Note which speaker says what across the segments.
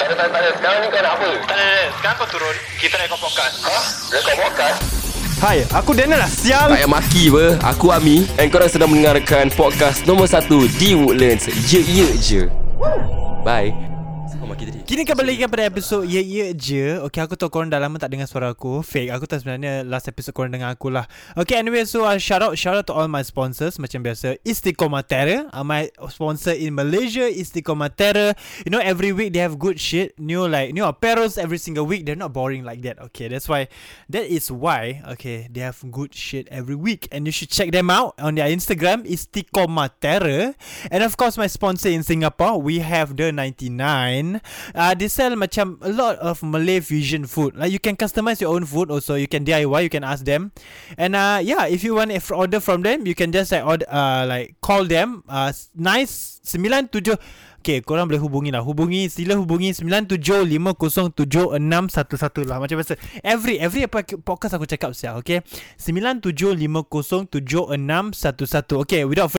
Speaker 1: tak ada, tak ada. Sekarang ni kau nak
Speaker 2: Tak
Speaker 1: apa?
Speaker 2: ada, tak ada. Sekarang kau turun. Kita nak ikut podcast.
Speaker 1: Ha? Rekod podcast?
Speaker 3: Hai, aku Daniel lah sial.
Speaker 4: Tak payah maki apa Aku Ami And korang sedang mendengarkan Podcast nombor 1 Di Woodlands Ye ye je Bye Siapa maki tadi?
Speaker 3: Kini kembali lagi kepada episod Ye Ye Je Okay aku tahu korang dah lama tak dengar suara aku Fake Aku tahu sebenarnya last episode korang dengar aku lah Okay anyway so uh, shout out Shout out to all my sponsors Macam biasa Istiqomah Terra uh, My sponsor in Malaysia Istiqomah Terra You know every week they have good shit New like new apparels every single week They're not boring like that Okay that's why That is why Okay they have good shit every week And you should check them out On their Instagram Istiqomah Terra And of course my sponsor in Singapore We have the 99 uh, they sell macam a lot of Malay fusion food. Like you can customize your own food also. You can DIY. You can ask them, and uh, yeah, if you want if order from them, you can just like order uh, like call them. Uh, nice sembilan tujuh. Okay, korang boleh hubungi lah. Hubungi, sila hubungi 97507611 lah. Macam biasa. Every every apa podcast aku cakap siap, okay? 97507611. Okay, without further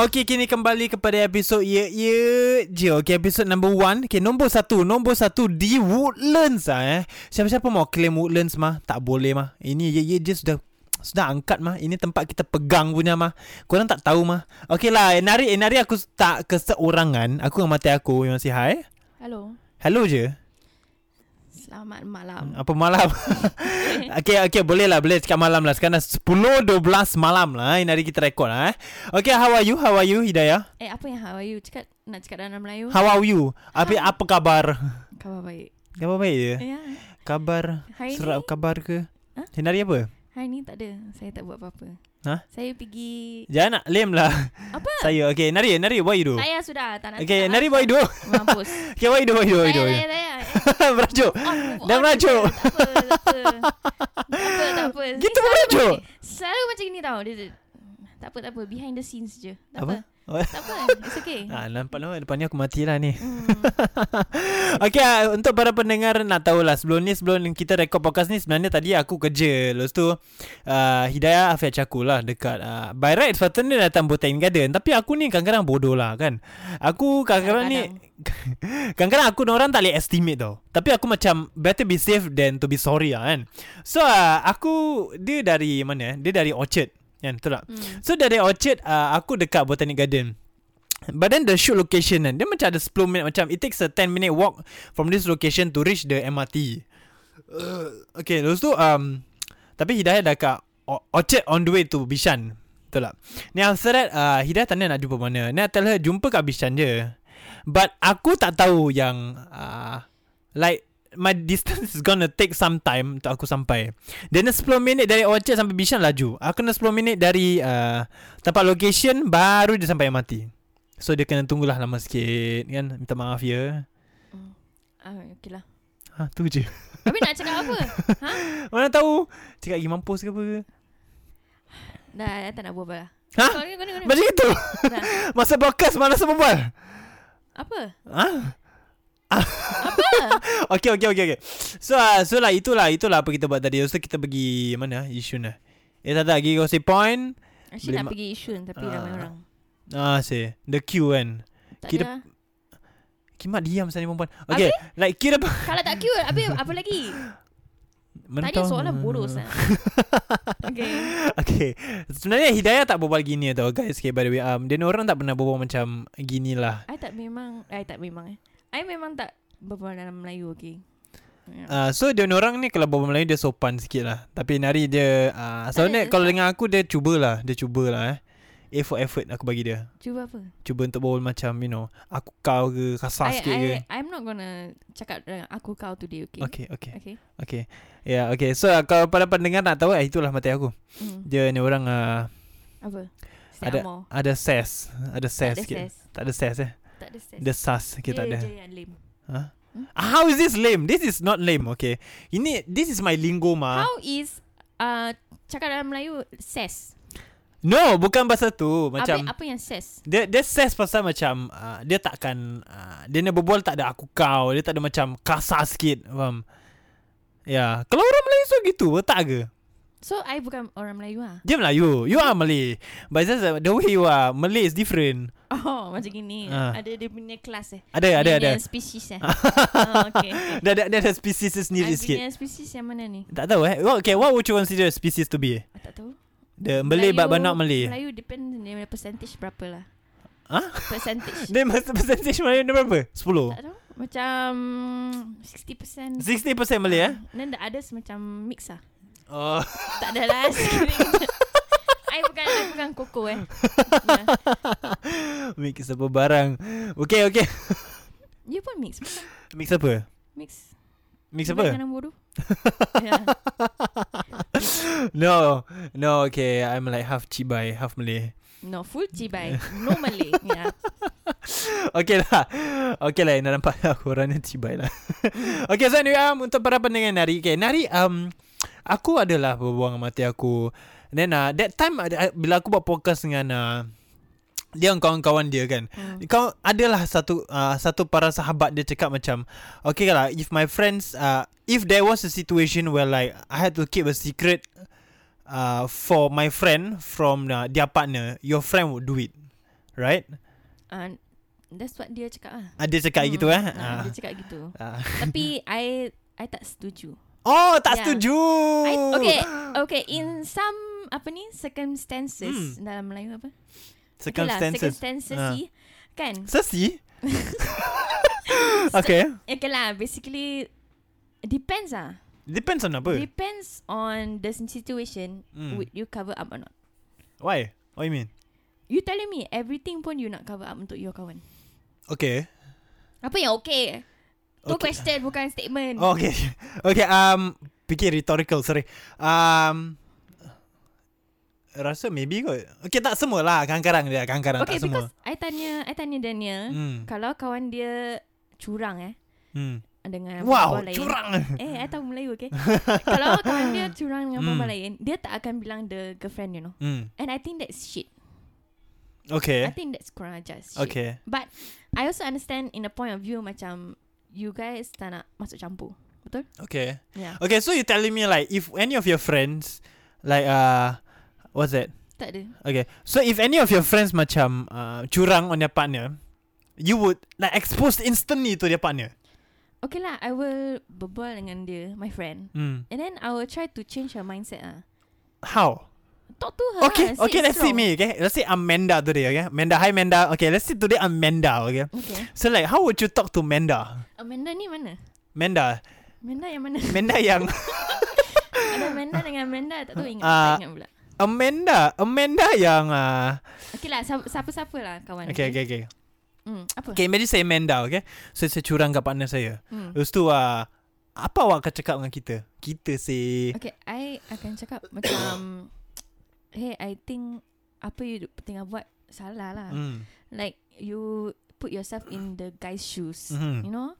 Speaker 3: Okay, kini kembali kepada episod Ye Ye Je. Okay, episod number one. Okay, nombor satu. Nombor satu di Woodlands lah eh. Siapa-siapa mau claim Woodlands mah? Tak boleh mah. Ini Ye Ye Je sudah sudah angkat mah Ini tempat kita pegang punya mah Korang tak tahu mah Okay lah Enari Enari aku tak keseorangan Aku dengan mati aku Yang si hai
Speaker 5: Hello.
Speaker 3: Hello je
Speaker 5: Selamat malam.
Speaker 3: Apa malam Okay okay boleh lah Boleh cakap malam lah Sekarang dah 10-12 malam lah eh. Enari kita rekod lah eh. Okay how are you How are you Hidayah
Speaker 5: Eh, apa yang how are you? Cakap nak cakap dalam Melayu?
Speaker 3: How are you? Apa apa Eh, khabar?
Speaker 5: Khabar baik.
Speaker 3: Khabar baik je.
Speaker 5: Ya.
Speaker 3: Kabar
Speaker 5: Hari
Speaker 3: serap
Speaker 5: ni-
Speaker 3: kabar ke?
Speaker 5: Ha?
Speaker 3: Senari apa?
Speaker 5: Hari ni tak ada. Saya tak buat apa-apa.
Speaker 3: Hah?
Speaker 5: Saya pergi
Speaker 3: Jangan nak lame lah
Speaker 5: apa?
Speaker 3: Saya okay Nari Nari what you do?
Speaker 5: Tak payah sudah, tak nak.
Speaker 3: Okay
Speaker 5: cakap
Speaker 3: Nari
Speaker 5: lah.
Speaker 3: what you do?
Speaker 5: Mampus.
Speaker 3: Okay what you do what you do
Speaker 5: Tak
Speaker 3: what you
Speaker 5: payah,
Speaker 3: do?
Speaker 5: tak payah, tak payah. Eh,
Speaker 3: Merajuk
Speaker 5: on, move
Speaker 3: Dah
Speaker 5: on.
Speaker 3: merajuk
Speaker 5: Tak apa, tak apa. Tak apa, tak apa.
Speaker 3: Gitu
Speaker 5: Selalu
Speaker 3: merajuk?
Speaker 5: macam- Selalu macam ni tau. Dia, dia- tak apa, tak apa. Behind the scenes je. Tak apa.
Speaker 3: Apa? Apa?
Speaker 5: Tak apa. It's okay.
Speaker 3: Ah, nampak lah depan ni aku mati lah ni
Speaker 5: Hmm.
Speaker 3: Okay ah, untuk para pendengar nak tahu lah Sebelum ni sebelum kita rekod podcast ni Sebenarnya tadi aku kerja Lepas tu uh, Hidayah Afiat Chaku lah Dekat uh, By right sepatutnya dia datang Botanic Garden Tapi aku ni kadang-kadang bodoh lah kan Aku kadang-kadang ni Kadang-kadang aku dan orang tak boleh estimate tau Tapi aku macam Better be safe than to be sorry lah kan So uh, aku Dia dari mana eh? Dia dari Orchard Kan betul tak
Speaker 5: Hmm.
Speaker 3: So dari Orchard uh, Aku dekat Botanic Garden But then the shoot location kan Dia macam ada 10 minit Macam it takes a 10 minute walk From this location to reach the MRT uh, Okay lepas tu um, Tapi Hidayah dah kat O- Orchard on the way to Bishan Betul tak Then after that uh, Hidayah tanya nak jumpa mana Then I tell her Jumpa kat Bishan je But aku tak tahu yang uh, Like My distance is gonna take some time Untuk aku sampai Dia nak 10 minit dari Orchard sampai Bishan laju Aku nak 10 minit dari uh, Tempat location Baru dia sampai MRT So dia kena tunggulah lama sikit kan Minta maaf ya
Speaker 5: Ah, okay lah.
Speaker 3: Ha tu je
Speaker 5: Habis nak cakap apa?
Speaker 3: Mana tahu Cakap pergi mampus ke apa ke
Speaker 5: Dah, dah tak nak buat apa lah.
Speaker 3: Ha?
Speaker 5: Kau ni, kau ni, kau ni.
Speaker 3: Macam itu
Speaker 5: Dah.
Speaker 3: Masa podcast malas berbual
Speaker 5: Apa?
Speaker 3: Ha? okay, okay, okay, okay. So, uh, so lah itulah, itulah apa kita buat tadi. So, kita pergi mana? Yishun lah. Eh, tak tak. Pergi Causeway Point.
Speaker 5: Actually
Speaker 3: Boleh
Speaker 5: nak
Speaker 3: ma-
Speaker 5: pergi Yishun tapi
Speaker 3: Ah.
Speaker 5: ramai orang.
Speaker 3: Ah, say. The queue kan.
Speaker 5: Tak
Speaker 3: Kira-
Speaker 5: ada.
Speaker 3: Kimat diam sana perempuan. Okay, like kira...
Speaker 5: Kalau tak cute, habis apa lagi?
Speaker 3: Mana
Speaker 5: Tadi soalan bodoh sangat. lah. okay.
Speaker 3: Okay Sebenarnya Hidayah tak berbual gini tau guys Okay by the way um, Dia ni orang tak pernah berbual macam Gini lah
Speaker 5: I tak memang, I tak memang eh. I memang tak berbual dalam Melayu, okay?
Speaker 3: uh,
Speaker 5: Yeah.
Speaker 3: So dia ni orang ni Kalau berbual Melayu dia sopan sikit lah Tapi Nari dia uh,
Speaker 5: Tak
Speaker 3: Sebenarnya
Speaker 5: ada.
Speaker 3: kalau dengan aku Dia cubalah Dia cubalah eh A for effort aku bagi dia
Speaker 5: Cuba apa?
Speaker 3: Cuba untuk berbual macam You know Aku kau ke Kasar
Speaker 5: I,
Speaker 3: sikit
Speaker 5: I,
Speaker 3: ke
Speaker 5: I'm not gonna cakap dengan aku kau today, okay?
Speaker 3: Okay okay
Speaker 5: Okay.
Speaker 3: okay Ya yeah, okay So uh, kalau para pendengar nak tahu eh, Itulah mati aku
Speaker 5: Mm.
Speaker 3: Dia ni orang uh,
Speaker 5: Apa? Stay
Speaker 3: Ada
Speaker 5: Amor.
Speaker 3: Ada ses Ada ses
Speaker 5: Tak ada
Speaker 3: sikit
Speaker 5: ses.
Speaker 3: Tak ada ses eh
Speaker 5: Tak ada ses.
Speaker 3: Ada sas Okay tak
Speaker 5: Dia
Speaker 3: ada
Speaker 5: je yang lame.
Speaker 3: Huh?
Speaker 5: Hmm?
Speaker 3: How Ah. is this lame? This is not lame, okay? Ini this is my lingo ma.
Speaker 5: How is uh, Cakap dalam Melayu Ses
Speaker 3: No, bukan pasal tu. Macam
Speaker 5: Macam Abis, Apa yang ses?
Speaker 3: dia dia ses pasal macam uh, dia takkan uh, dia nak berbual tak ada aku kau. Dia tak ada macam kasar sikit. Faham? Ya, kalau orang Melayu so gitu, tak ke?
Speaker 5: So I bukan orang Melayu lah
Speaker 3: Dia Melayu. You are Malay. But it's just that the way you are, Malay is different.
Speaker 5: Oh macam gini
Speaker 3: Ah.
Speaker 5: Ada dia punya kelas eh
Speaker 3: Ada, ada,
Speaker 5: Dia
Speaker 3: ada.
Speaker 5: punya Spesies eh oh, okay, okay.
Speaker 3: Dia ada, dia ada species dia sendiri
Speaker 5: I
Speaker 3: sikit.
Speaker 5: punya spesies yang mana ni?
Speaker 3: Tak tahu eh. Well, Okay, what would you consider a species to be?
Speaker 5: I tak tahu
Speaker 3: The Malay but, but not Malay.
Speaker 5: Melayu depend Dia punya percentage berapa lah
Speaker 3: Hah?
Speaker 5: Percentage
Speaker 3: Dia masa percentage Melayu dia berapa? 10.
Speaker 5: Tak tahu Macam 60%
Speaker 3: 60% Malay eh?
Speaker 5: Then the others macam mix lah
Speaker 3: Oh.
Speaker 5: Tak ada lah I bukan I bukan koko eh Ya.
Speaker 3: Mix apa barang. Okay, okay.
Speaker 5: You pun mix bukan?
Speaker 3: Mix apa?
Speaker 5: Mix
Speaker 3: Mix
Speaker 5: Budak
Speaker 3: apa?
Speaker 5: Kanan bodoh yeah.
Speaker 3: No. No, okay. I'm like half Cibai, half Malay.
Speaker 5: No full cibai No Malay yeah.
Speaker 3: Okay lah. Okay lah. Nak nampak lah korangnya Cibai lah. okay, so anyway. Um, untuk para pendengar Nari. Okay, Nari. Um, aku adalah berbuang mati aku. And Then uh, that time uh, bila aku buat podcast dengan uh, dia dengan kawan-kawan dia kan.
Speaker 5: Hmm.
Speaker 3: Kau adalah satu uh, satu para sahabat dia cakap macam okay lah if my friends uh, if there was a situation where like I had to keep a secret uh, for my friend from uh, their partner your friend would do it right
Speaker 5: uh, That's what dia cakap lah
Speaker 3: uh, dia cakap
Speaker 5: Hmm.
Speaker 3: gitu eh
Speaker 5: Ah,
Speaker 3: uh,
Speaker 5: Dia cakap gitu
Speaker 3: uh.
Speaker 5: Tapi I I tak setuju
Speaker 3: oh tak
Speaker 5: Yeah.
Speaker 3: setuju
Speaker 5: Ya. I,
Speaker 3: Oh.
Speaker 5: Okay lah, Okay In some Apa ni Circumstances
Speaker 3: Hmm.
Speaker 5: Dalam Melayu apa Okay lah,
Speaker 3: circumstances
Speaker 5: Circumstances
Speaker 3: Ah.
Speaker 5: si Kan
Speaker 3: sesi okay
Speaker 5: Okay lah Basically Depends lah
Speaker 3: depends on apa
Speaker 5: Depends on the situation
Speaker 3: Hmm.
Speaker 5: Would you cover up or not
Speaker 3: why what you mean
Speaker 5: You telling me Everything pun you nak cover up Untuk your kawan
Speaker 3: okay
Speaker 5: Apa yang okay Tu
Speaker 3: Okay.
Speaker 5: question Bukan statement
Speaker 3: Oh, okay. Okay, um fikir rhetorical, sorry. Um rasa maybe kot. Okay, tak semua lah. Kadang-kadang dia, kadang-kadang
Speaker 5: Okay
Speaker 3: tak semua.
Speaker 5: because I tanya I tanya Daniel
Speaker 3: Hmm.
Speaker 5: Kalau kawan dia Curang eh
Speaker 3: Hmm.
Speaker 5: Dengan
Speaker 3: Wow,
Speaker 5: perempuan lain
Speaker 3: curang.
Speaker 5: Eh, I tahu Melayu, okay? Kalau kawan dia curang dengan perempuan
Speaker 3: Hmm.
Speaker 5: lain, dia tak akan bilang the girlfriend, you know.
Speaker 3: Hmm.
Speaker 5: And I think that's shit. I
Speaker 3: Okay.
Speaker 5: think that's kurang ajar shit.
Speaker 3: Okay.
Speaker 5: But I also understand in a point of view macam you guys tak nak masuk campur. Betul?
Speaker 3: Okay.
Speaker 5: Yeah.
Speaker 3: Okay, so you telling me like if any of your friends like uh what's that?
Speaker 5: Tak ada.
Speaker 3: Okay. So if any of your friends macam uh, curang on their partner, you would like exposed instantly to their partner.
Speaker 5: Okay lah, I will berbual dengan dia, my friend.
Speaker 3: Hmm.
Speaker 5: And then I will try to change her mindset ah.
Speaker 3: How?
Speaker 5: Talk to her.
Speaker 3: Okay,
Speaker 5: ah,
Speaker 3: okay,
Speaker 5: sit
Speaker 3: let's see
Speaker 5: slow.
Speaker 3: me. Okay, let's see Amanda today. Okay, Amanda, hi Amanda. Okay, let's see today Amanda. Okay,
Speaker 5: Okay.
Speaker 3: so like, how would you talk to Amanda?
Speaker 5: Amanda ni mana?
Speaker 3: Amanda,
Speaker 5: Amanda yang mana?
Speaker 3: Amanda yang
Speaker 5: Ada Amanda dengan Amanda tak tahu ingat
Speaker 3: Ah.
Speaker 5: tak ingat pula.
Speaker 3: Amanda, Amanda yang uh,
Speaker 5: Okay lah, siapa- siapa-siapa lah kawan.
Speaker 3: okay, okay, okay.
Speaker 5: Hmm, apa?
Speaker 3: Okay, imagine saya Amanda. Okay, so saya curang kat partner saya.
Speaker 5: Hmm.
Speaker 3: Lepas tu uh, apa awak akan cakap dengan kita? Kita si
Speaker 5: Okay, I akan cakap macam Hey, I think apa you tengah buat salah lah mm.
Speaker 3: Hmm.
Speaker 5: Like, you put yourself in the guy's shoes
Speaker 3: Mhm.
Speaker 5: You know?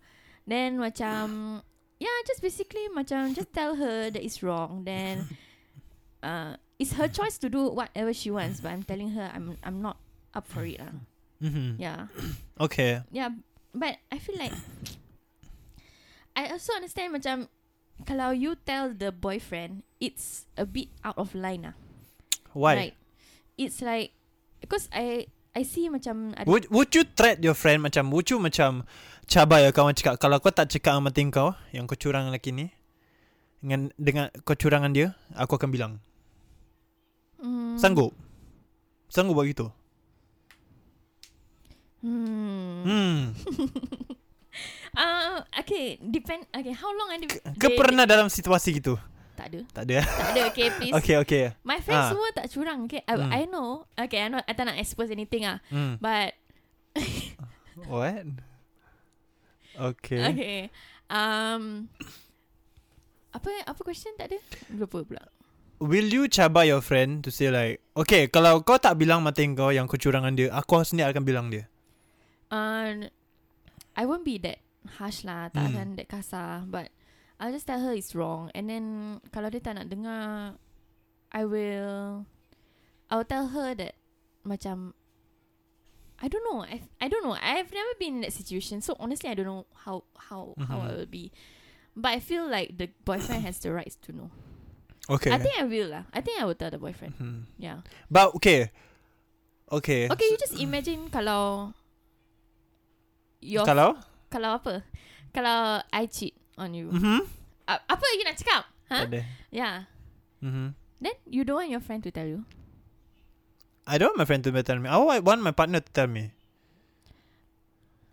Speaker 5: Then macam Yeah, just basically macam Just tell her that it's wrong Then uh, It's her choice to do whatever she wants But I'm telling her I'm I'm not up for it lah
Speaker 3: Mm-hmm.
Speaker 5: Yeah
Speaker 3: Okay.
Speaker 5: Yeah, Ya, but I feel like I also understand macam kalau you tell the boyfriend, it's a bit out of line lah.
Speaker 3: Why?
Speaker 5: Right? It's like because I I see macam ada
Speaker 3: Would Would you threat your friend macam Would you macam Cabar ya kawan cakap Kalau kau tak cakap dengan mati kau Yang kau curang lelaki ni Dengan Dengan kau curangan dia Aku akan bilang
Speaker 5: Hmm,
Speaker 3: Sanggup Sanggup buat gitu
Speaker 5: Hmm.
Speaker 3: Hmm
Speaker 5: Ah, okay, depend. Okay, how long ada?
Speaker 3: Kau pernah dalam situasi gitu
Speaker 5: Tak ada,
Speaker 3: Tak ada eh?
Speaker 5: tak ada. Okay, please.
Speaker 3: Okay okay
Speaker 5: My friends
Speaker 3: Ah.
Speaker 5: semua tak curang. Okay, I,
Speaker 3: Hmm.
Speaker 5: I know. Okay, I know. I tak nak expose anything ah,
Speaker 3: hmm.
Speaker 5: but
Speaker 3: What? Okay. okay
Speaker 5: Okay. Um apa apa question tak ada? Lupa pula.
Speaker 3: Will you cabar your friend To say like Okay kalau kau tak bilang mati kau Yang kau curangan dia Aku sendiri akan bilang dia
Speaker 5: Um I won't be that harsh lah, tak
Speaker 3: Hmm.
Speaker 5: akan that kasar but I'll just tell her it's wrong and then kalau dia tak nak dengar I will I'll tell her that macam I don't know. I I don't know. I've never been in that situation. So honestly, I don't know how how how I
Speaker 3: Mhm.
Speaker 5: will be. But I feel like the boyfriend has the rights to know.
Speaker 3: Okay.
Speaker 5: I think I will lah. I think I will tell the boyfriend.
Speaker 3: Hmm.
Speaker 5: Yeah.
Speaker 3: But okay. Okay.
Speaker 5: Okay, you just imagine kalau your
Speaker 3: Kalau?
Speaker 5: kalau apa? Kalau I cheat on you.
Speaker 3: Mm-hmm.
Speaker 5: A- apa lagi nak cakap? Ha?
Speaker 3: Tak ada.
Speaker 5: Yeah.
Speaker 3: Mm-hmm.
Speaker 5: Then you don't want your friend to tell you.
Speaker 3: I don't want my friend to tell me. Oh, I wa- want my partner to tell me.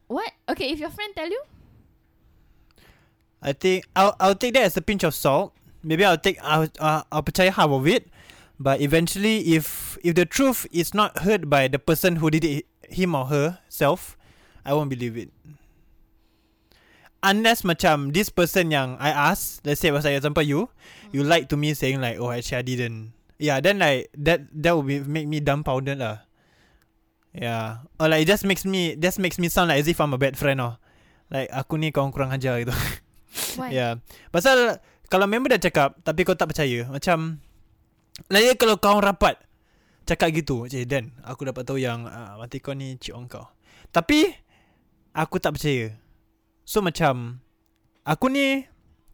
Speaker 5: What? Okay, if your friend tell you,
Speaker 3: I think I'll I'll take that as a pinch of salt. Maybe I'll take I'll uh, I'll percaya half of it, but eventually, if if the truth is not heard by the person who did it, him or herself, I won't believe it. Unless macam this person yang I ask, let's say was like example you, you lied to me saying like oh actually I didn't. Yeah, then like that that would be, make me dumbfounded lah. Yeah, or like it just makes me just makes me sound like as if I'm a bad friend or like aku ni kau kurang ajar gitu.
Speaker 5: why?
Speaker 3: Ya yeah. Pasal Kalau member dah cakap Tapi kau tak percaya Macam Lagi kalau kau rapat Cakap gitu Macam Dan Aku dapat tahu yang uh, Mati kau ni Cik on kau Tapi Aku tak percaya So macam Aku ni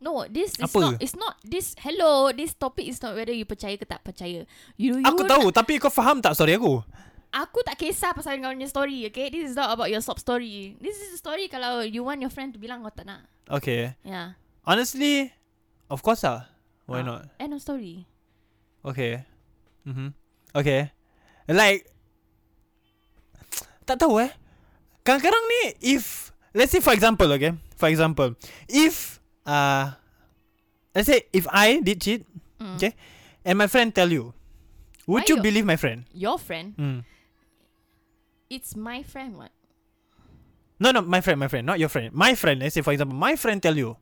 Speaker 5: No, this is
Speaker 3: Apa?
Speaker 5: not. It's not this. Hello, this topic is not whether you percaya ke tak percaya. You, you
Speaker 3: Aku tahu Tapi kau faham tak story aku
Speaker 5: Aku tak kisah pasal kau punya story, okay? This is not about your sob story. This is a story kalau you want your friend to bilang kau tak nak.
Speaker 3: Okay
Speaker 5: Yeah.
Speaker 3: Honestly Of course lah Why
Speaker 5: Ah.
Speaker 3: not
Speaker 5: End of story.
Speaker 3: Okay mm-hmm. Okay Like Tak tahu eh Kadang-kadang ni If Let's say for example okay For example If uh, Let's say If I did cheat
Speaker 5: Mm.
Speaker 3: Okay And my friend tell you Would
Speaker 5: Why
Speaker 3: you
Speaker 5: you-
Speaker 3: believe my friend?
Speaker 5: Your friend.
Speaker 3: Mm.
Speaker 5: It's my friend, what?
Speaker 3: No no my friend my friend Not your friend My friend Let's say for example My friend tell you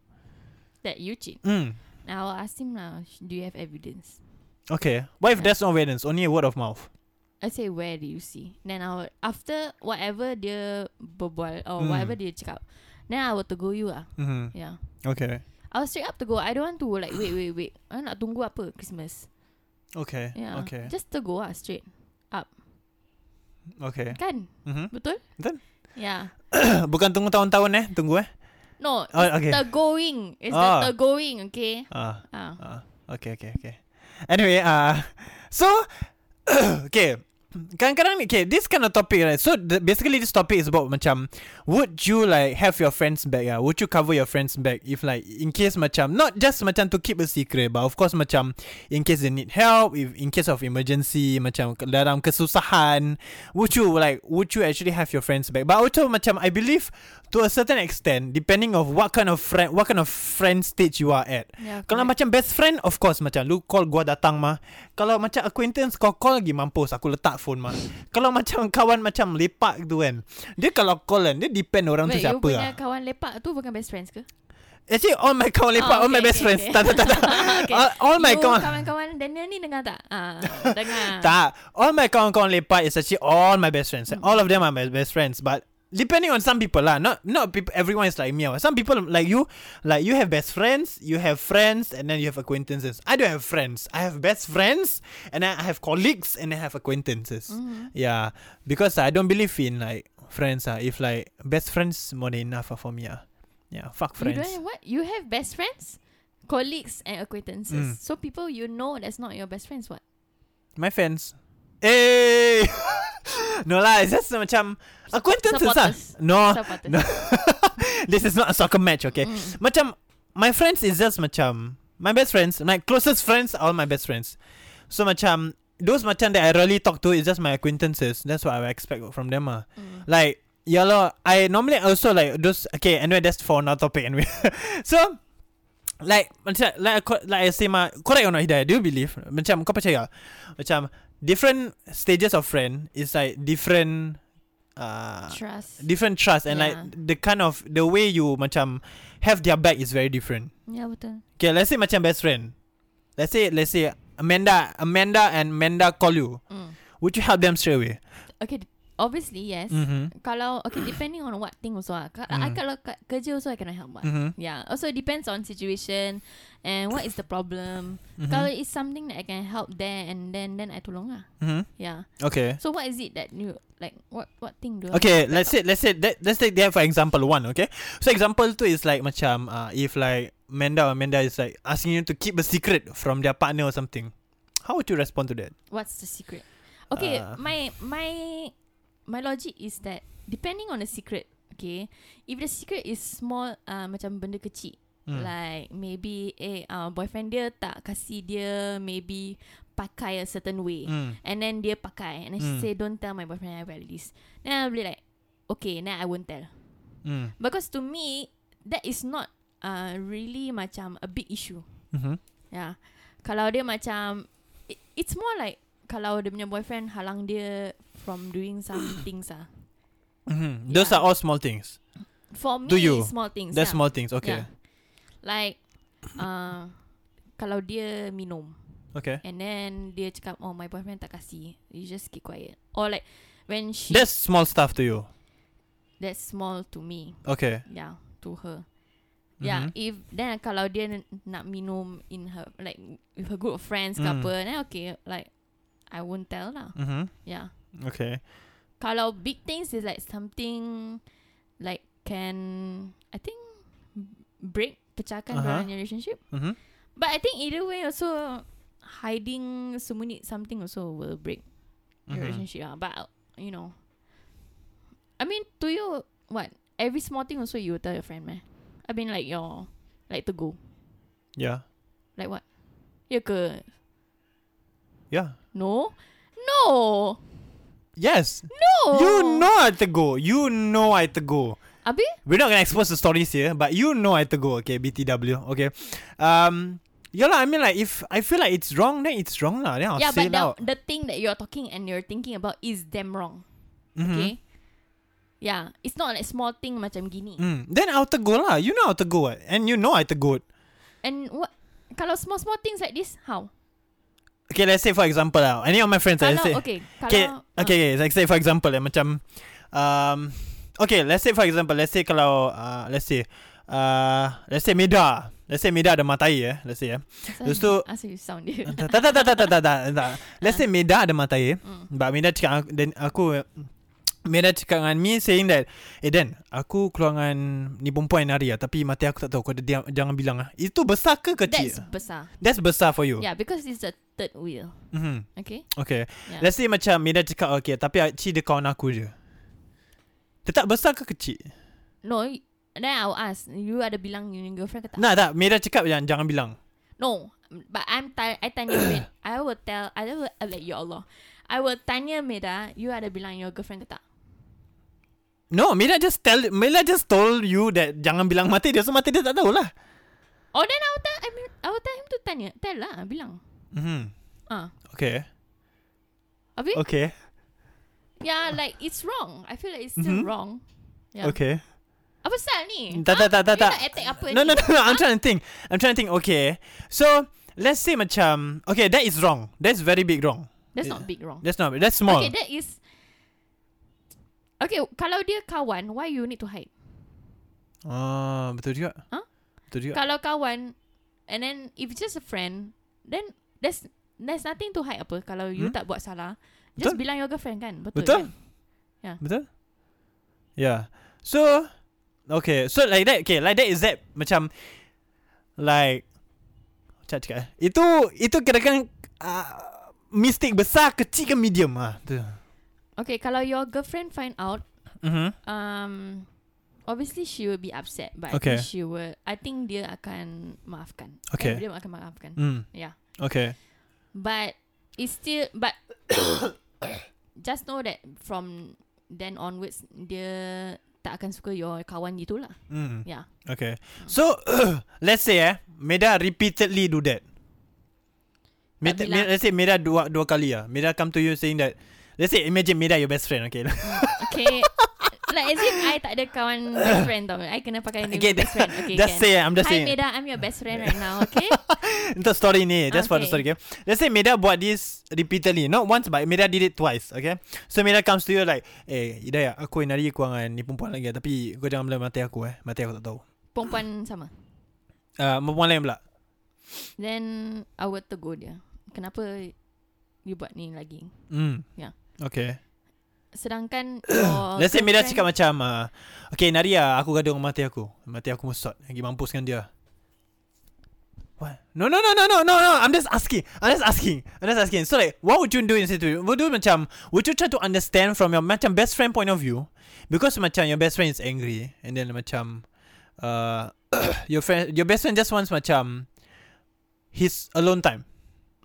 Speaker 5: That you cheat.
Speaker 3: mm.
Speaker 5: Now I'll ask him now, do you have evidence?
Speaker 3: Okay What if
Speaker 5: Yeah.
Speaker 3: there's no evidence Only a word of mouth
Speaker 5: I say where do you see? Then I will, after whatever dia berbual or
Speaker 3: Mm.
Speaker 5: whatever dia cakap, then I will tegur you ah.
Speaker 3: mm-hmm.
Speaker 5: Yeah.
Speaker 3: Okay
Speaker 5: I will straight up tegur. I don't want to like wait wait wait. I nak tunggu apa Christmas.
Speaker 3: Okay
Speaker 5: Yeah.
Speaker 3: Okay
Speaker 5: Just tegur ah straight.
Speaker 3: Okay
Speaker 5: Kan?
Speaker 3: mm-hmm.
Speaker 5: Betul?
Speaker 3: Betul.
Speaker 5: Yeah.
Speaker 3: Bukan tunggu tahun-tahun eh Tunggu eh Oh,
Speaker 5: No, it's
Speaker 3: okay.
Speaker 5: tegoing. It's
Speaker 3: Ah.
Speaker 5: the tegoing, okay?
Speaker 3: Ah. Ah,
Speaker 5: Ah.
Speaker 3: okay, okay, okay. Anyway, uh, so okay. Kadang-kadang ni Okay This kind of topic right So the, basically this topic is about Macam Would you like Have your friends back ah? Would you cover your friends back If like In case macam Not just macam to keep a secret But of course macam In case they need help if, In case of emergency Macam ke- dalam kesusahan Would you like Would you actually have your friends back But also macam I believe To a certain extent Depending of what kind of friend What kind of friend stage you are at
Speaker 5: Yeah.
Speaker 3: kalau
Speaker 5: correct.
Speaker 3: macam best friend Of course macam Lu call gua datang mah Kalau macam acquaintance Kau call lagi mampus Aku letak phone mah Kalau macam kawan Macam lepak gitu kan Dia kalau call kan Dia depend orang
Speaker 5: Wait,
Speaker 3: tu
Speaker 5: you
Speaker 3: siapa
Speaker 5: punya
Speaker 3: lah
Speaker 5: kawan lepak tu bukan best friends ke?
Speaker 3: Actually all my kawan lepak
Speaker 5: Oh,
Speaker 3: All my
Speaker 5: okay,
Speaker 3: best
Speaker 5: okay,
Speaker 3: friends
Speaker 5: okay.
Speaker 3: Tak tak tak tak.
Speaker 5: Ah, Okay.
Speaker 3: all, Ah, all my
Speaker 5: you,
Speaker 3: kawan
Speaker 5: kawan-kawan Daniel ni dengar tak? Ah, dengar.
Speaker 3: Tak All my kawan-kawan lepak Is actually all my best
Speaker 5: Mm.
Speaker 3: friends All of them are my best friends But Depending on some people lah Not not people, everyone is like me ah. Some people like you Like you have best friends You have friends And then you have acquaintances I don't have friends I have best friends And I I have colleagues And I have acquaintances
Speaker 5: Mm.
Speaker 3: Yeah Because I don't believe in like Friends ah. If like Best friends more than enough ah, for me ah. Yeah fuck
Speaker 5: You don't
Speaker 3: friends
Speaker 5: have what? You have best friends, colleagues, and acquaintances. So people you know that's not your best friends. What?
Speaker 3: My friends Hey No lah It's just macam Acquaintances lah
Speaker 5: Supporters.
Speaker 3: No
Speaker 5: Siapa tu?
Speaker 3: no. This is not a soccer match, okay? Macam my friends is just macam my best friends, my closest friends are all my best friends. So macam those macam that I rarely talk to is just my acquaintances. That's what I would expect from them ah. Like yeah lah, I normally also like those okay, anyway that's for another topic anyway. so like macam like I co- like I say ma correct or not Hidayah do you believe macam kau percaya macam different stages of friend is like different uh,
Speaker 5: Trust.
Speaker 3: different trust and like
Speaker 5: Yeah.
Speaker 3: the kind of the way you macam have their back is very different.
Speaker 5: yeah, betul.
Speaker 3: Okay, let's say macam best friend. Let's say let's say Amanda, Amanda and Amanda call you.
Speaker 5: Mm.
Speaker 3: Would you help them straight away?
Speaker 5: Okay, Obviously yes
Speaker 3: Mhm.
Speaker 5: Kalau Okay depending on what thing also ah. Ka- I kalau ka- kerja also I cannot help what
Speaker 3: Mhm.
Speaker 5: Yeah Also it depends on situation And what is the problem
Speaker 3: Hmm.
Speaker 5: Kalau it's something that I can help there And then Then I tolong lah
Speaker 3: Mhm.
Speaker 5: Yeah
Speaker 3: Okay.
Speaker 5: So what is it that you Like what what thing do I
Speaker 3: Okay, let's say let's say that let's take that for example one, okay? So example two is like macam uh, if like Manda or Manda is like asking you to keep a secret from their partner or something. How would you respond to that?
Speaker 5: What's the secret? Okay,
Speaker 3: Uh.
Speaker 5: my my my logic is that depending on the secret, okay, if the secret is small, uh, macam benda kecil,
Speaker 3: Hmm. Mm.
Speaker 5: like maybe eh uh, boyfriend dia tak kasih dia maybe pakai a certain way,
Speaker 3: Mm.
Speaker 5: and then dia pakai, and then she
Speaker 3: Mm.
Speaker 5: say don't tell my boyfriend I wear this. Then I'll be like, okay, then I won't tell
Speaker 3: Mm.
Speaker 5: because to me that is not uh, really macam a big issue.
Speaker 3: Mhm.
Speaker 5: Yeah. Ya. Kalau dia macam it, it's more like kalau dia punya boyfriend halang dia from doing some things ah.
Speaker 3: Mhm. Those are
Speaker 5: Yeah.
Speaker 3: all small things.
Speaker 5: For me
Speaker 3: To you.
Speaker 5: it's small things.
Speaker 3: That's
Speaker 5: yeah.
Speaker 3: small things. Okay.
Speaker 5: Yeah. Like uh, kalau dia minum
Speaker 3: Okay.
Speaker 5: and then dia cakap oh my boyfriend tak kasih. You just keep quiet. Or like when she
Speaker 3: That's small stuff to you.
Speaker 5: that's small to me.
Speaker 3: Okay.
Speaker 5: Yeah, to her. Yeah,
Speaker 3: Mm-hmm.
Speaker 5: if then kalau dia n- nak minum in her like with her group of friends ke
Speaker 3: Mm.
Speaker 5: apa, then okay, like I won't tell lah.
Speaker 3: Mhm.
Speaker 5: Yeah.
Speaker 3: Okay.
Speaker 5: Kalau big things is like something like can I think break pecahkan
Speaker 3: Aha.
Speaker 5: uh-huh. relationship.
Speaker 3: Mhm.
Speaker 5: But I think either way also hiding sembunyi something also will break
Speaker 3: Mhm.
Speaker 5: your relationship lah. But you know, I mean to you what every small thing also you will tell your friend man. I mean like your like to go
Speaker 3: Yeah.
Speaker 5: like what? Ya ke?
Speaker 3: Yeah.
Speaker 5: No, no,
Speaker 3: Yes.
Speaker 5: no.
Speaker 3: You know I to go. You know I to go.
Speaker 5: Abi?
Speaker 3: We're not gonna expose the stories here, but you know I to go, okay, BTW, okay. Um yeah, lah, I mean like if I feel like it's wrong, then it's wrong lah. Then I'll
Speaker 5: yeah,
Speaker 3: say it
Speaker 5: but
Speaker 3: out.
Speaker 5: the, the thing that you're talking and you're thinking about is damn wrong.
Speaker 3: Mhm.
Speaker 5: Okay. Yeah, it's not like small thing macam gini.
Speaker 3: Mm. Then I'll to go lah. You know I'll to go, what, and you know I to go.
Speaker 5: And what? Kalau small small things like this, how?
Speaker 3: Okay, let's say for example lah, any of my friends, ah, let's say.
Speaker 5: Kalau okay,
Speaker 3: Okay,
Speaker 5: kalau uh. oh,
Speaker 3: okay, okay. Let's say for example, eh, macam, um, okay, let's say for example, let's say kalau, uh, let's say, uh, let's say Meda, let's say Meda ada matai eh, let's say eh.
Speaker 5: uh,
Speaker 3: Lepas tu-
Speaker 5: asal you sound dia.
Speaker 3: tak tak tak tak tak tak tak tak tak. Let's say Meda ada mata air. But Meda cakap aku, dan aku Meda cakap dengan me saying that Eh Dan Aku keluar dengan Ni perempuan hari lah Tapi mati aku tak tahu Kau dia, jangan bilang lah Itu besar ke kecil?
Speaker 5: That's
Speaker 3: That's,
Speaker 5: besar.
Speaker 3: That's besar for you
Speaker 5: Yeah, because it's the third wheel.
Speaker 3: mm-hmm.
Speaker 5: Okay.
Speaker 3: Okay
Speaker 5: Yeah.
Speaker 3: Let's say macam Meda cakap Okay tapi Akcik dia kawan aku je Dia tak besar ke kecil?
Speaker 5: No, y- then I'll ask. You ada bilang you punya girlfriend ke tak?
Speaker 3: Nah tak Meda cakap jangan, jangan bilang
Speaker 5: No, but I'm ta- I tanya Meda. I will tell. I will uh, like ya Allah. I will tanya Meda. You ada bilang your girlfriend ke tak?
Speaker 3: No Meda just tell Meda just told you that Jangan bilang mati dia So mati dia tak tahulah
Speaker 5: Oh, then I will tell. I, mean, I will tell him to tanya. Tell lah, bilang.
Speaker 3: mm-hmm.
Speaker 5: Ah,
Speaker 3: Okay
Speaker 5: Abi?
Speaker 3: Okay
Speaker 5: Yeah, Ya, like it's wrong. I feel like it's still
Speaker 3: Mhm.
Speaker 5: wrong. Yeah.
Speaker 3: Okay
Speaker 5: Apa sal ni?
Speaker 3: Tak, tak, tak, tak,
Speaker 5: Ya.
Speaker 3: tak.
Speaker 5: Eh, You nak attack apa
Speaker 3: No,
Speaker 5: ni?
Speaker 3: no, no, no. I'm trying to think. I'm trying to think. Okay. So, let's say macam... Okay, that is wrong. That's very big wrong.
Speaker 5: That's not big wrong.
Speaker 3: That's not... That's small.
Speaker 5: Okay, that is. Okay, kalau dia kawan, why you need to hide?
Speaker 3: Ah, betul juga.
Speaker 5: Huh?
Speaker 3: Betul juga.
Speaker 5: Kalau kawan, and then if it's just a friend, then there's there's nothing to hide apa. Kalau you
Speaker 3: Hmm?
Speaker 5: tak buat salah, just
Speaker 3: Betul.
Speaker 5: bilang your girlfriend kan, betul?
Speaker 3: Betul?
Speaker 5: Kan? Yeah.
Speaker 3: Betul? Yeah. So, okay. So, like that. Okay, like that is that macam... Like... Macam nak cakap eh? Itu, itu kira-kira... Uh, mistake besar, kecil ke medium? Ah, tu.
Speaker 5: Okay, kalau your girlfriend find out,
Speaker 3: Mm-hmm.
Speaker 5: um, obviously she will be upset, but
Speaker 3: Okay.
Speaker 5: I think she will. I think dia akan maafkan.
Speaker 3: Okay.
Speaker 5: Eh, dia akan maafkan.
Speaker 3: Mm.
Speaker 5: Yeah.
Speaker 3: Okay.
Speaker 5: But it's still but just know that from then onwards dia tak akan suka your kawan gitu lah.
Speaker 3: Mm.
Speaker 5: Yeah.
Speaker 3: Okay. So let's say eh Meda repeatedly do that. Meda, Meda,
Speaker 5: bilang.
Speaker 3: let's say Meda dua dua kali ah. Meda come to you saying that let's say imagine Meda your best friend okay.
Speaker 5: Okay. Like as if I tak ada kawan best friend tau I kena pakai ni
Speaker 3: Okay,
Speaker 5: best friend okay,
Speaker 3: just
Speaker 5: can.
Speaker 3: say, I'm just
Speaker 5: Hi
Speaker 3: saying.
Speaker 5: Meda I'm your best friend right now Okay
Speaker 3: Untuk story ni Just for the story
Speaker 5: Okay.
Speaker 3: okay Let's say Meda buat this Repeatedly Not once but Meda did it twice Okay So Meda comes to you like Eh Hidayah Aku yang hari aku dengan ni perempuan lagi Tapi kau jangan belah mati aku eh Mati aku tak tahu
Speaker 5: Perempuan sama
Speaker 3: uh, Perempuan lain pula
Speaker 5: Then I would tegur dia Kenapa You buat ni lagi
Speaker 3: Hmm
Speaker 5: Yeah.
Speaker 3: Okay
Speaker 5: Sedangkan for
Speaker 3: Let's say Mira
Speaker 5: Oh, girlfriend-
Speaker 3: cakap macam uh, Okay Naria Aku gaduh dengan mati aku Mati aku musot Lagi mampus dengan dia What? No no no no no no no I'm just asking I'm just asking I'm just asking So like What would you do in situation Would you macam Would you try to understand From your macam best friend point of view Because macam Your best friend is angry And then macam uh, Your friend Your best friend just wants macam His alone time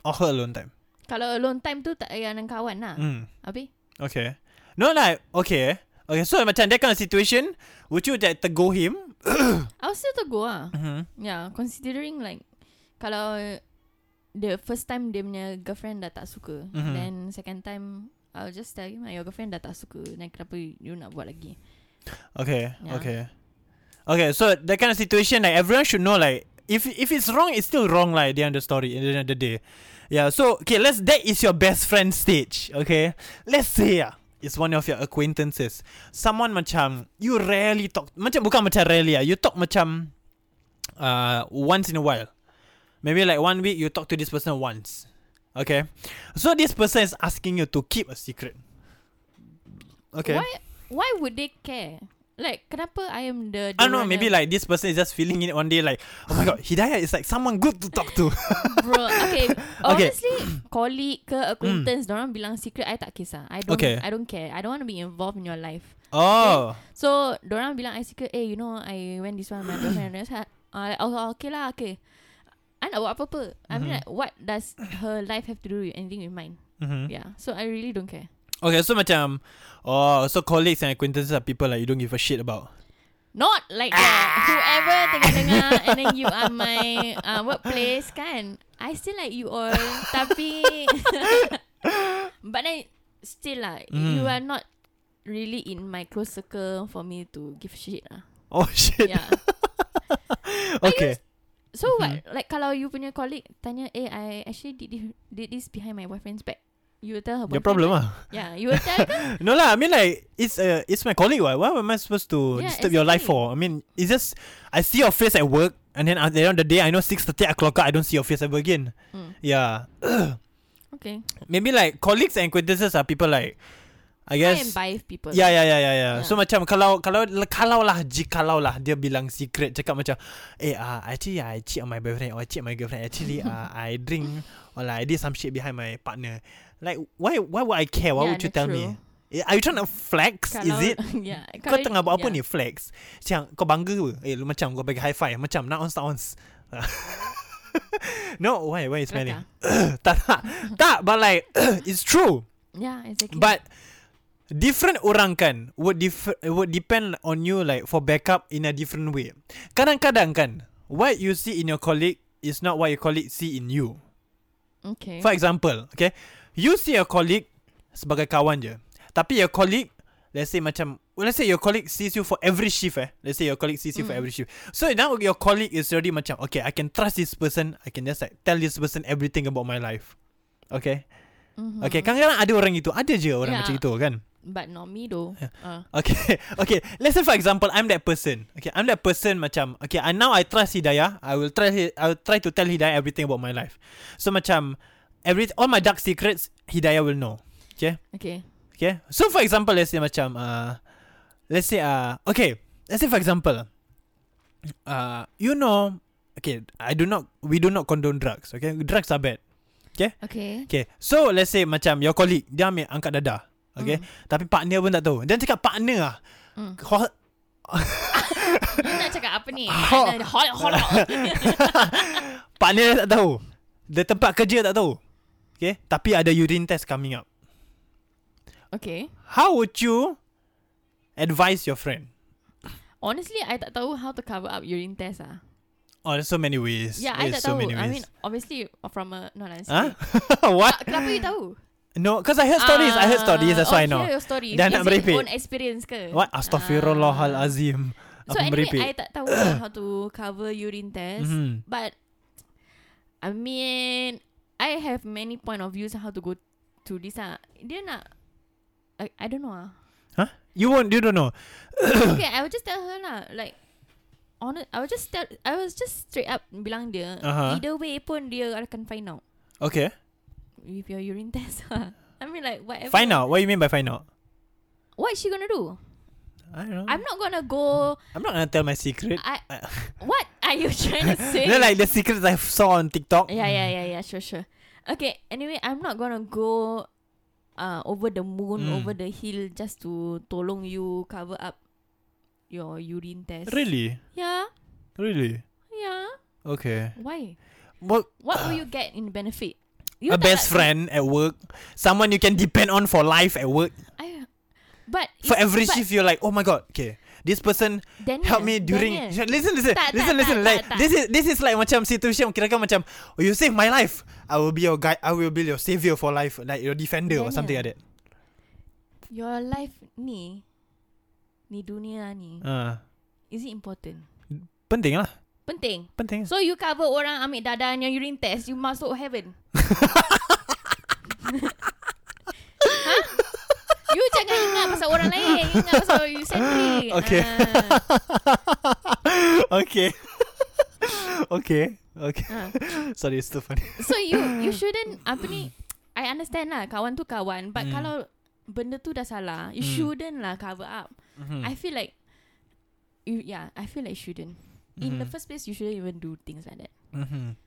Speaker 3: Or her alone time
Speaker 5: Kalau alone time tu tak payah dengan kawan lah
Speaker 3: Hmm
Speaker 5: Habis
Speaker 3: Okay. No, like, okay. Okay, so macam that kind of situation, would you like tegur him?
Speaker 5: I will still tegur lah
Speaker 3: Mm-hmm.
Speaker 5: Yeah Considering like Kalau The first time dia punya girlfriend dah tak suka
Speaker 3: Mhm.
Speaker 5: Then second time I'll just tell him "Ah, Your girlfriend dah tak suka Then kenapa you nak buat lagi
Speaker 3: Okay,
Speaker 5: Yeah.
Speaker 3: okay. Okay, so that kind of situation, like, everyone should know, like, if if it's wrong, it's still wrong, like, at the end of the story, at the end of the day. Yeah, so, okay, let's, that is your best friend stage, okay? Let's say, ah, it's one of your acquaintances. Someone macam, you rarely talk, macam, bukan macam rarely, ah, you talk macam, uh, once in a while. Maybe like one week you talk to this person once. Okay. So this person is asking you to keep a secret. Okay.
Speaker 5: Why Why would they care Like kenapa I am the, the
Speaker 3: I don't know, Ah,
Speaker 5: runner?
Speaker 3: maybe like this person is just feeling it one day like, oh my god, Hidayah is like someone good to talk to.
Speaker 5: Bro Okay Honestly Colleague ke acquaintance Diorang bilang secret I tak kisah I don't
Speaker 3: Hmm. Okay.
Speaker 5: I don't care I don't want to be involved in your life
Speaker 3: oh.
Speaker 5: So Diorang bilang I secret Eh you know I went this one with My girlfriend And I was like, ah, oh, oh, Okay lah okay I nak buat apa-apa I mean like What does her life have to do With anything with mine
Speaker 3: Mm-hmm.
Speaker 5: Yeah So I really don't care
Speaker 3: Okay, so macam, oh, so colleagues and acquaintances are people like you don't give a shit about.
Speaker 5: Not like that Whoever tengah-tengah And then you are my uh, Workplace kan I still like you all Tapi But then Still lah You
Speaker 3: Mm.
Speaker 5: are not Really in my close circle For me to give shit lah
Speaker 3: Oh shit.
Speaker 5: Yeah
Speaker 3: okay.
Speaker 5: So what
Speaker 3: Mm-hmm.
Speaker 5: Like kalau you punya colleague Tanya Eh I actually did this, did this Behind my boyfriend's back You will tell her
Speaker 3: Your
Speaker 5: boyfriend
Speaker 3: problem
Speaker 5: right?
Speaker 3: ah.
Speaker 5: Yeah You will tell her
Speaker 3: No lah, I mean like it's uh, it's my colleague. Why? Why am I supposed to
Speaker 5: Yeah,
Speaker 3: disturb your life for? I mean, it's just I see your face at work, and then at the end of the day, I know six thirty o'clock, I don't see your face ever again.
Speaker 5: Mm.
Speaker 3: Yeah,
Speaker 5: Okay
Speaker 3: maybe like colleagues and acquaintances are people like I
Speaker 5: Try and
Speaker 3: guess.
Speaker 5: buy people
Speaker 3: Yeah, yeah, yeah, yeah, yeah.
Speaker 5: Yeah.
Speaker 3: ya, So macam kalau kalau kalau lah jikalau lah dia bilang secret cakap macam, eh ah uh, actually I cheat on my boyfriend or I cheat on my girlfriend. Actually uh, I drink or like I did some shit behind my partner. Like why why would I care? Why
Speaker 5: Yeah,
Speaker 3: would you
Speaker 5: that's
Speaker 3: tell me? Eh, Are you trying to flex?
Speaker 5: Kalau-
Speaker 3: Is it?
Speaker 5: yeah,
Speaker 3: Kau
Speaker 5: kalau- ya.
Speaker 3: tengah buat apa
Speaker 5: yeah.
Speaker 3: ni flex Macam kau bangga ke Eh lu macam kau bagi high five Macam nak ons tak ons No why why you smiling
Speaker 5: Kelakar.
Speaker 3: Tak tak Tak but like It's true
Speaker 5: Yeah exactly
Speaker 3: But Different orang kan would, differ, would depend on you like For backup in a different way Kadang-kadang kan What you see in your colleague Is not what your colleague see in you
Speaker 5: Okay
Speaker 3: For example, okay, you see your colleague sebagai kawan je. Tapi your colleague, let's say macam, well, let's say your colleague sees you for every shift eh. Let's say your colleague sees you
Speaker 5: Mm.
Speaker 3: for every shift. So now your colleague is already macam, okay, I can trust this person. I can just like tell this person everything about my life. Okay?
Speaker 5: Mhm.
Speaker 3: Okay, kadang-kadang ada orang itu. Ada je orang
Speaker 5: Yeah.
Speaker 3: macam itu kan.
Speaker 5: But not me though uh,
Speaker 3: Okay, okay. Let's say for example, I'm that person. Okay, I'm that person macam, okay, I now I trust Hidayah. I will try hi- I will try to tell Hidayah everything about my life. So macam every all my dark secrets Hidayah will know. Okay?
Speaker 5: Okay
Speaker 3: Okay? So for example, let's say macam uh, let's say uh, okay, let's say for example uh, you know, okay, I do not we do not condone drugs. Okay? Drugs are bad.
Speaker 5: Okay
Speaker 3: Okay So let's say Macam your colleague Dia ambil angkat dada Okay mm. Tapi partner pun tak tahu Dia cakap partner lah mm.
Speaker 5: Mm.
Speaker 3: Ho-
Speaker 5: You nak cakap apa ni
Speaker 3: Hot.
Speaker 5: Hot Hot, hot, hot.
Speaker 3: partner dia tak tahu Dia tempat kerja tak tahu Okay Tapi ada urine test coming up
Speaker 5: Okay
Speaker 3: How would you Advise your friend
Speaker 5: Honestly I tak tahu How to cover up urine test ah
Speaker 3: Oh there's so many ways
Speaker 5: Yeah I
Speaker 3: there's
Speaker 5: tak
Speaker 3: so
Speaker 5: tahu
Speaker 3: many ways
Speaker 5: I mean obviously From a No lah
Speaker 3: Huh?
Speaker 5: huh?
Speaker 3: What?
Speaker 5: Kenapa you tahu
Speaker 3: No, because I heard stories. I heard stories. That's
Speaker 5: Ah,
Speaker 3: why I
Speaker 5: oh,
Speaker 3: know.
Speaker 5: Hear your story.
Speaker 3: Dah
Speaker 5: Is
Speaker 3: nak
Speaker 5: it
Speaker 3: merepek.
Speaker 5: Own experience ke?
Speaker 3: What? Astaghfirullahalazim.
Speaker 5: Ah. So
Speaker 3: Aku
Speaker 5: anyway,
Speaker 3: merepek.
Speaker 5: I tak tahu lah how to cover urine test.
Speaker 3: Mhm.
Speaker 5: But I mean, I have many point of views on how to go to this ah. Dia nak I, I don't know ah.
Speaker 3: Huh? You won't. You don't know.
Speaker 5: okay, I will just tell her lah. Like, honest, I will just tell. I was just straight up bilang dia.
Speaker 3: Aha.
Speaker 5: Either way pun dia akan find out
Speaker 3: Okay.
Speaker 5: with your urine test. lah. I mean like whatever.
Speaker 3: Find out. What you mean by find out?
Speaker 5: What is she gonna do?
Speaker 3: I don't know.
Speaker 5: I'm not gonna go.
Speaker 3: I'm not gonna tell my secret.
Speaker 5: I. What are you trying to say?
Speaker 3: Uh. They're like mm. the secrets I saw on TikTok.
Speaker 5: Yeah, yeah, yeah, yeah. Sure, sure. Okay. Anyway, I'm not gonna go. Uh, over the moon,
Speaker 3: Mm.
Speaker 5: over the hill, just to tolong you cover up your urine test.
Speaker 3: Really?
Speaker 5: Yeah,
Speaker 3: Really?
Speaker 5: yeah.
Speaker 3: Okay.
Speaker 5: Why?
Speaker 3: Well,
Speaker 5: What will you get in benefit? You
Speaker 3: a
Speaker 5: tak
Speaker 3: best
Speaker 5: nak-
Speaker 3: friend at work, someone you can depend on for life at work.
Speaker 5: I, but
Speaker 3: For
Speaker 5: it's-
Speaker 3: every
Speaker 5: but
Speaker 3: shift, you're like, oh my god, okay, this person
Speaker 5: Daniel,
Speaker 3: help me during.
Speaker 5: Daniel,
Speaker 3: Listen, listen,
Speaker 5: Tak, tak,
Speaker 3: listen,
Speaker 5: tak,
Speaker 3: listen.
Speaker 5: tak,
Speaker 3: like
Speaker 5: tak.
Speaker 3: this is this is like macam situation kirakan macam oh, you save my life. I will be your guy. I will be your savior for life, like your defender or something like
Speaker 5: Daniel.
Speaker 3: that.
Speaker 5: your life ni, ni dunia ni,
Speaker 3: Uh,
Speaker 5: is it important?
Speaker 3: penting lah,
Speaker 5: Penting.
Speaker 3: penting.
Speaker 5: So you cover orang ambil dadan yang urine test, you masuk heaven. Hah? You jangan ingat pasal orang lain Ingat pasal you sendiri
Speaker 3: Okay.
Speaker 5: Ah.
Speaker 3: okay. okay. Okay.
Speaker 5: Ah.
Speaker 3: Sorry, it's too funny.
Speaker 5: So you you shouldn't Apa ni I understand lah Kawan tu kawan But
Speaker 3: Hmm.
Speaker 5: kalau Benda tu dah salah You
Speaker 3: Hmm.
Speaker 5: shouldn't lah cover up
Speaker 3: Mhm.
Speaker 5: I feel like you, yeah, I feel like you shouldn't. In the
Speaker 3: Mhm.
Speaker 5: first place, you shouldn't even do things like that.
Speaker 3: Mhm.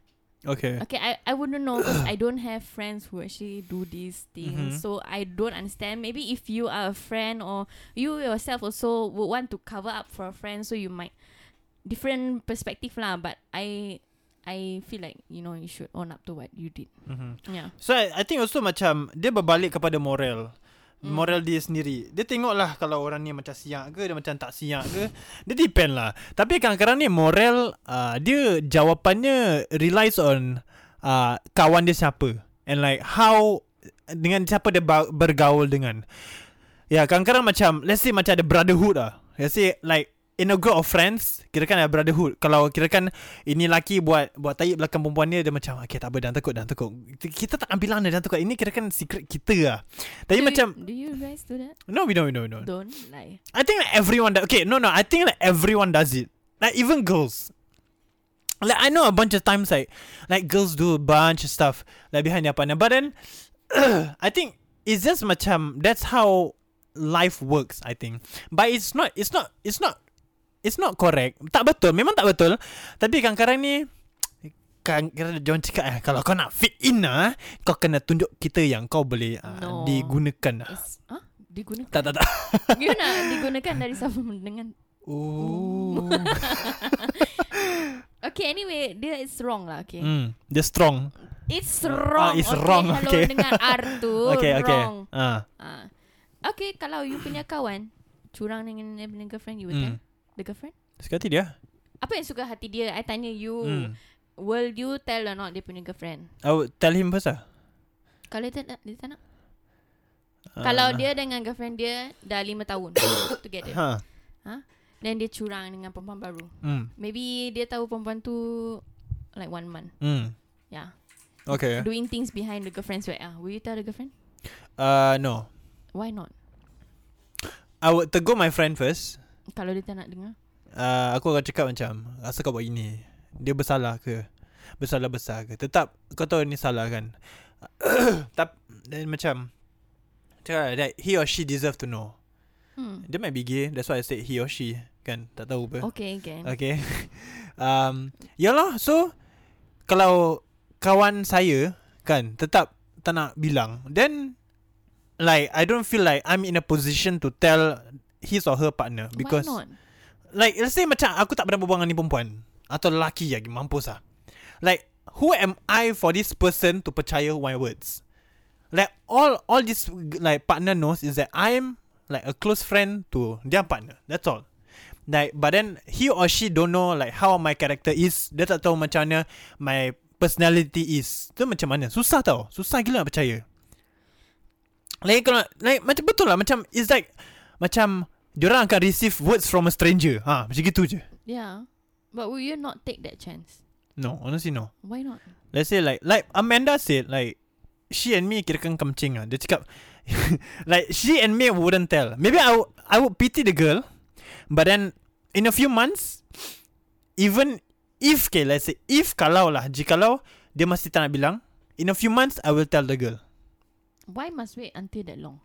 Speaker 3: Okay.
Speaker 5: Okay, I, I wouldn't know because I don't have friends who actually do these things.
Speaker 3: Mhm.
Speaker 5: So I don't understand. Maybe if you are a friend or you yourself also would want to cover up for a friend, so you might different perspective lah. But I I feel like you know you should own up to what you did.
Speaker 3: Mhm.
Speaker 5: Yeah.
Speaker 3: So I, I think also macam Dia berbalik kepada moral
Speaker 5: Mm.
Speaker 3: Moral dia sendiri Dia tengok lah Kalau orang ni macam siap ke Dia macam tak siap ke Dia depend lah Tapi kadang-kadang ni moral uh, Dia jawapannya Relies on uh, Kawan dia siapa And like how Dengan siapa dia ba- bergaul dengan Ya yeah, kadang-kadang macam Let's say macam ada brotherhood lah Let's say like In a group of friends Kirakan ada brotherhood Kalau kirakan Ini laki buat Buat tahi belakang perempuan dia Dia macam Okay tak apa Jangan takut Jangan takut Kita tak ambil lah Jangan takut Ini kirakan secret kita lah Tapi
Speaker 5: do
Speaker 3: macam
Speaker 5: you, do you guys do that?
Speaker 3: No we don't we don't, we don't.
Speaker 5: Don't lie.
Speaker 3: I think like everyone does. Okay, no, no. I think like everyone does it. Like even girls. Like I know a bunch of times like like girls do a bunch of stuff like behind their partner. But then I think it's just macam that's how life works. I think, but it's not. It's not. It's not. It's not correct. Tak betul. Memang tak betul. Tapi kadang-kadang ni kan kira jangan cakap eh kalau kau nak fit in ah kau kena tunjuk kita yang kau boleh ah,
Speaker 5: No.
Speaker 3: digunakan ah.
Speaker 5: It's, huh? Digunakan.
Speaker 3: Tak tak tak.
Speaker 5: you nak digunakan dari sama dengan
Speaker 3: Ooh.
Speaker 5: Okay anyway Dia is wrong lah okay mm.
Speaker 3: Mm, dia strong.
Speaker 5: It's
Speaker 3: Ah,
Speaker 5: wrong
Speaker 3: it's wrong,
Speaker 5: Hello
Speaker 3: okay.
Speaker 5: dengan R tu
Speaker 3: okay, okay.
Speaker 5: Wrong
Speaker 3: Ah.
Speaker 5: Ah. Okay kalau you punya kawan Curang dengan dia punya girlfriend You will tell
Speaker 3: Mm.
Speaker 5: The girlfriend
Speaker 3: Suka hati dia.
Speaker 5: Apa yang suka hati dia I tanya you
Speaker 3: Mm.
Speaker 5: Will you tell or not Dia punya girlfriend
Speaker 3: I would tell him first lah.
Speaker 5: Kalau dia tak, dia tak nak
Speaker 3: Ah.
Speaker 5: Kalau dia dengan girlfriend dia Dah lima tahun Together
Speaker 3: Ha.
Speaker 5: Then dia curang dengan perempuan baru
Speaker 3: Mm.
Speaker 5: Maybe dia tahu perempuan tu Like one month
Speaker 3: Mm.
Speaker 5: Yeah
Speaker 3: Okay.
Speaker 5: Doing things behind the girlfriend's back ah. Will you tell the girlfriend?
Speaker 3: Uh, no.
Speaker 5: Why not?
Speaker 3: I would tegur my friend first.
Speaker 5: Kalau dia tak nak dengar
Speaker 3: Uh, aku akan cakap macam, asal kau buat ini? Dia bersalah ke? Bersalah besar ke? Tetap, kau tahu ni salah kan? Tapi, dan macam, cakap lah, that he or she deserve to know.
Speaker 5: hmm.
Speaker 3: They might be gay, that's why I said he or she. Kan, tak tahu apa.
Speaker 5: Okay again okay.
Speaker 3: Okay um, Yalah so Kalau Kawan saya Kan Tetap Tak nak bilang Then Like I don't feel like I'm in a position to tell His or her partner Because
Speaker 5: Why not?
Speaker 3: Like let's say macam Aku tak pernah berbual dengan ni perempuan Atau lelaki lagi Mampus lah Like Who am I for this person To percaya my words Like all All this Like partner knows Is that I'm Like a close friend To their partner That's all Like but then He or she don't know Like how my character is Dia tak tahu macam mana My personality is Tu macam mana Susah tau Susah gila nak percaya Like kalau like macam betul lah macam it's like macam diorang akan receive words from a stranger. Ha, macam gitu je.
Speaker 5: Yeah. But will you not take that chance?
Speaker 3: No, honestly no.
Speaker 5: Why not?
Speaker 3: Let's say like like Amanda said like she and me kirakan kamcing ah. Dia cakap like she and me wouldn't tell. Maybe I would, I would pity the girl, but then in a few months, even if okay, let's say if kalau lah, jikalau dia masih tak nak bilang, in a few months I will tell the girl.
Speaker 5: Why must wait until that long?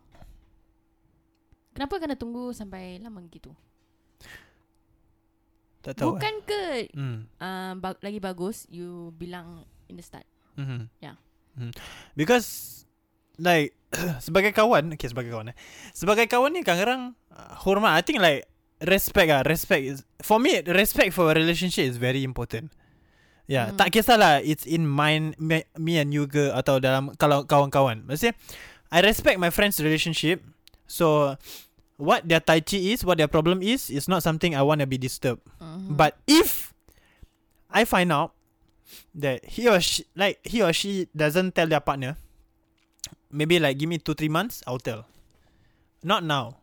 Speaker 5: Kenapa kena tunggu sampai lama gitu?
Speaker 3: Tak tahu.
Speaker 5: Bukan ke
Speaker 3: Eh. Hmm.
Speaker 5: uh, ba- lagi bagus you bilang in the start?
Speaker 3: Mm-hmm.
Speaker 5: Yeah.
Speaker 3: Mm. Because like sebagai kawan, okay sebagai kawan eh. Sebagai kawan ni kadang-kadang uh, hormat. I think like respect ah, respect is for me respect for a relationship is very important. Yeah,
Speaker 5: Mm.
Speaker 3: tak kisahlah it's in mine me, me and you ke atau dalam kalau kawan-kawan. Maksudnya I respect my friends relationship. So what their tai chi is, what their problem is is not something I want to be disturbed.
Speaker 5: Mm-hmm.
Speaker 3: Mm. But if I find out that he or she like he or she doesn't tell their partner, maybe like give me two three months, I'll tell. Not now,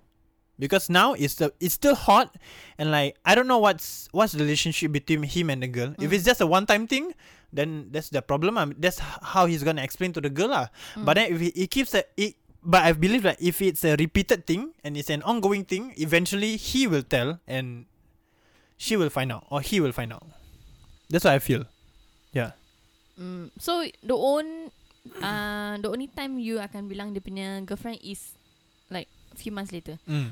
Speaker 3: because now it's the it's still hot, and like I don't know what's what's the relationship between him and the girl. If it's just a one time thing, then that's the problem. Um, that's h- how he's gonna explain to the girl lah. But then if he, it keeps a, it. But I believe that if it's a repeated thing and it's an ongoing thing, eventually he will tell and she will find out or he will find out. That's what I feel. Yeah.
Speaker 5: mm. So the own uh, the only time you akan bilang dia punya girlfriend is like few months later.
Speaker 3: Mm.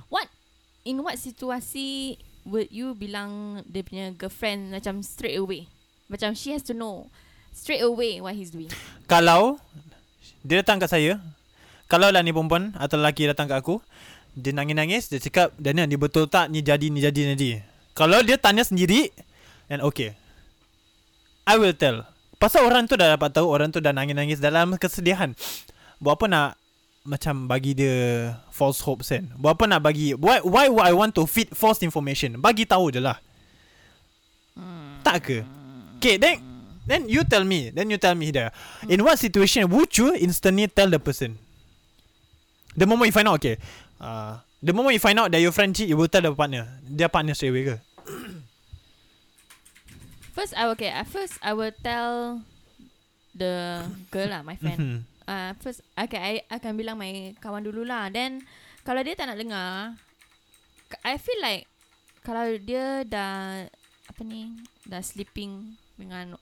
Speaker 5: In what situasi would you bilang dia punya girlfriend macam straight away? Macam she has to know straight away what he's doing.
Speaker 3: Kalau dia datang kat saya, kalau lah ni perempuan atau lelaki datang kat aku, dia nangis-nangis, dia cakap, Daniel ni betul tak ni jadi, ni jadi, ni jadi. Kalau dia tanya sendiri, then okay. I will tell. Pasal orang tu dah dapat tahu, orang tu dah nangis-nangis dalam kesedihan. Buat apa nak macam bagi dia false hopes kan? Buat apa nak bagi, why, why would I want to feed false information? Bagi tahu je lah. Tak ke? Okay, then then you tell me. Then you tell me Hidayah.
Speaker 5: Hmm.
Speaker 3: In what situation would you instantly tell the person? The moment you find out, okay. Uh, the moment you find out that your friend cheat, you will tell the partner. Their partner straight away ke?
Speaker 5: First I okay, at first I will tell the girl lah, my friend.
Speaker 3: Mhm.
Speaker 5: uh, first okay, I akan bilang my kawan dulu lah. Then kalau dia tak nak dengar, k- I feel like kalau dia dah apa ni dah sleeping dengan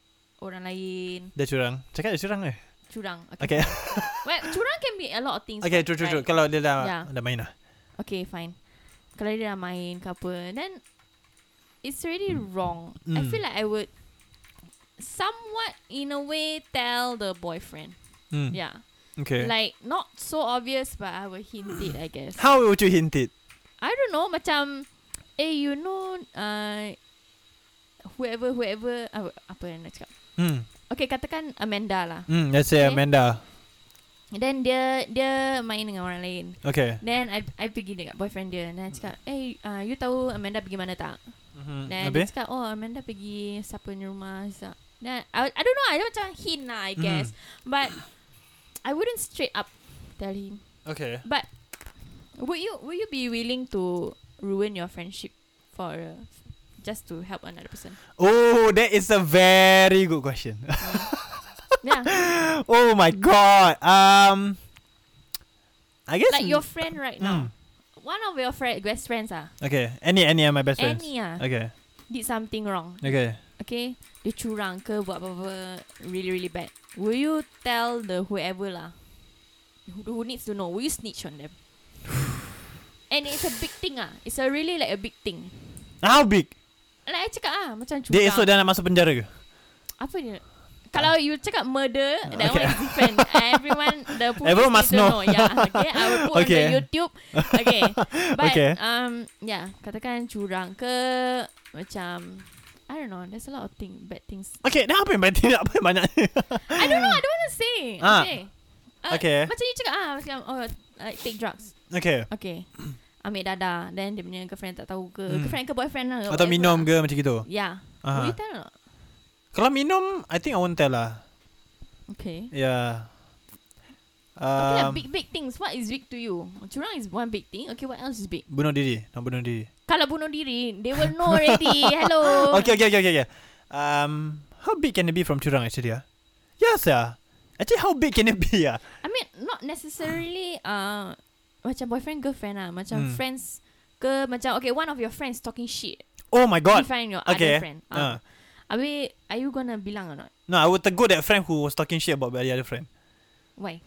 Speaker 5: orang lain
Speaker 3: Dia curang. Cakap dia curang ke?
Speaker 5: curang. Okay.
Speaker 3: Okay.
Speaker 5: Well, curang can be a lot of things.
Speaker 3: okay,
Speaker 5: but
Speaker 3: true, true, true.
Speaker 5: like-
Speaker 3: Kalau dia dah,
Speaker 5: Yeah.
Speaker 3: dah main lah.
Speaker 5: Okay, fine. Kalau dia dah main ke apa, then it's already wrong.
Speaker 3: Mm.
Speaker 5: I feel like I would somewhat in a way tell the boyfriend.
Speaker 3: Hmm.
Speaker 5: Yeah.
Speaker 3: Okay.
Speaker 5: Like not so obvious but I will hint it, I guess.
Speaker 3: How would you hint it?
Speaker 5: I don't know macam eh you know uh, whoever whoever uh, apa yang nak cakap.
Speaker 3: Hmm.
Speaker 5: Okay katakan Amanda lah.
Speaker 3: Hmm, let's say
Speaker 5: Okay.
Speaker 3: Amanda.
Speaker 5: Then dia dia main dengan orang lain.
Speaker 3: Okay.
Speaker 5: Then I I pergi dekat boyfriend dia Then I cakap Eh hey, uh, you tahu Amanda pergi mana tak
Speaker 3: Mm-hmm.
Speaker 5: Then dia cakap Oh Amanda pergi Siapa ni rumah siapa. Then I, I don't know I don't macam hint lah I guess But I wouldn't straight up Tell him
Speaker 3: Okay.
Speaker 5: But would you would you be willing to ruin your friendship for a, just to help another person?
Speaker 3: Oh, that is a very good question.
Speaker 5: Yeah,
Speaker 3: Oh my god. Um I guess hmm.
Speaker 5: like your friend right
Speaker 3: Mm.
Speaker 5: now. One of your friend best friends ah,
Speaker 3: Okay. Any any are my best friends.
Speaker 5: any ah,
Speaker 3: Okay.
Speaker 5: did something wrong.
Speaker 3: Okay.
Speaker 5: Okay, dia curang ke buat apa-apa really really bad. Will you tell the whoever lah who, who needs to know? Will you snitch on them? And it's a big thing ah. It's a really like a big thing.
Speaker 3: How big?
Speaker 5: Like I cakap ah macam curang.
Speaker 3: Dia esok dah nak masuk penjara ke?
Speaker 5: Apa dia? Kalau you cakap murder, that
Speaker 3: Okay.
Speaker 5: one is different. Everyone, the police
Speaker 3: Everyone
Speaker 5: need
Speaker 3: must
Speaker 5: to
Speaker 3: know.
Speaker 5: know. Yeah, okay. I will put
Speaker 3: Okay.
Speaker 5: on the YouTube. Okay. But,
Speaker 3: Okay.
Speaker 5: um, yeah, katakan curang ke, macam, I don't know, there's a lot of thing, bad things.
Speaker 3: Okay, dah apa yang banyak apa yang banyak.
Speaker 5: I don't know, I don't want to say.
Speaker 3: Ah.
Speaker 5: Okay. Uh,
Speaker 3: Okay.
Speaker 5: Macam you cakap, ah, macam, oh, like, take drugs.
Speaker 3: okay.
Speaker 5: Okay. Ambil dadah. Then dia punya girlfriend tak tahu ke.
Speaker 3: Hmm.
Speaker 5: Girlfriend ke boyfriend lah.
Speaker 3: Atau
Speaker 5: whatever
Speaker 3: minum ke
Speaker 5: lah.
Speaker 3: macam gitu.
Speaker 5: Yeah.
Speaker 3: Aha.
Speaker 5: Will you tell or not?
Speaker 3: Kalau minum, I think I won't tell lah.
Speaker 5: Okay.
Speaker 3: Yeah.
Speaker 5: Okay lah,
Speaker 3: um,
Speaker 5: big big things. What is big to you? Curang is one big thing. Okay, what else is big?
Speaker 3: Bunuh diri Nak bunuh diri
Speaker 5: Kalau bunuh diri, they will know already. Hello.
Speaker 3: Okay okay okay okay, okay. Um, How big can it be from curang actually ah? Yes ah. Actually how big can it be ah?
Speaker 5: I mean, not necessarily uh, macam boyfriend girlfriend lah. Macam
Speaker 3: Hmm.
Speaker 5: friends ke macam okay one of your friends talking shit.
Speaker 3: Oh my god
Speaker 5: Define your
Speaker 3: Okay
Speaker 5: other friend.
Speaker 3: uh.
Speaker 5: Uh. Abi, are you gonna bilang or not?
Speaker 3: No I would tegur that friend Who was talking shit about the other friend
Speaker 5: Why?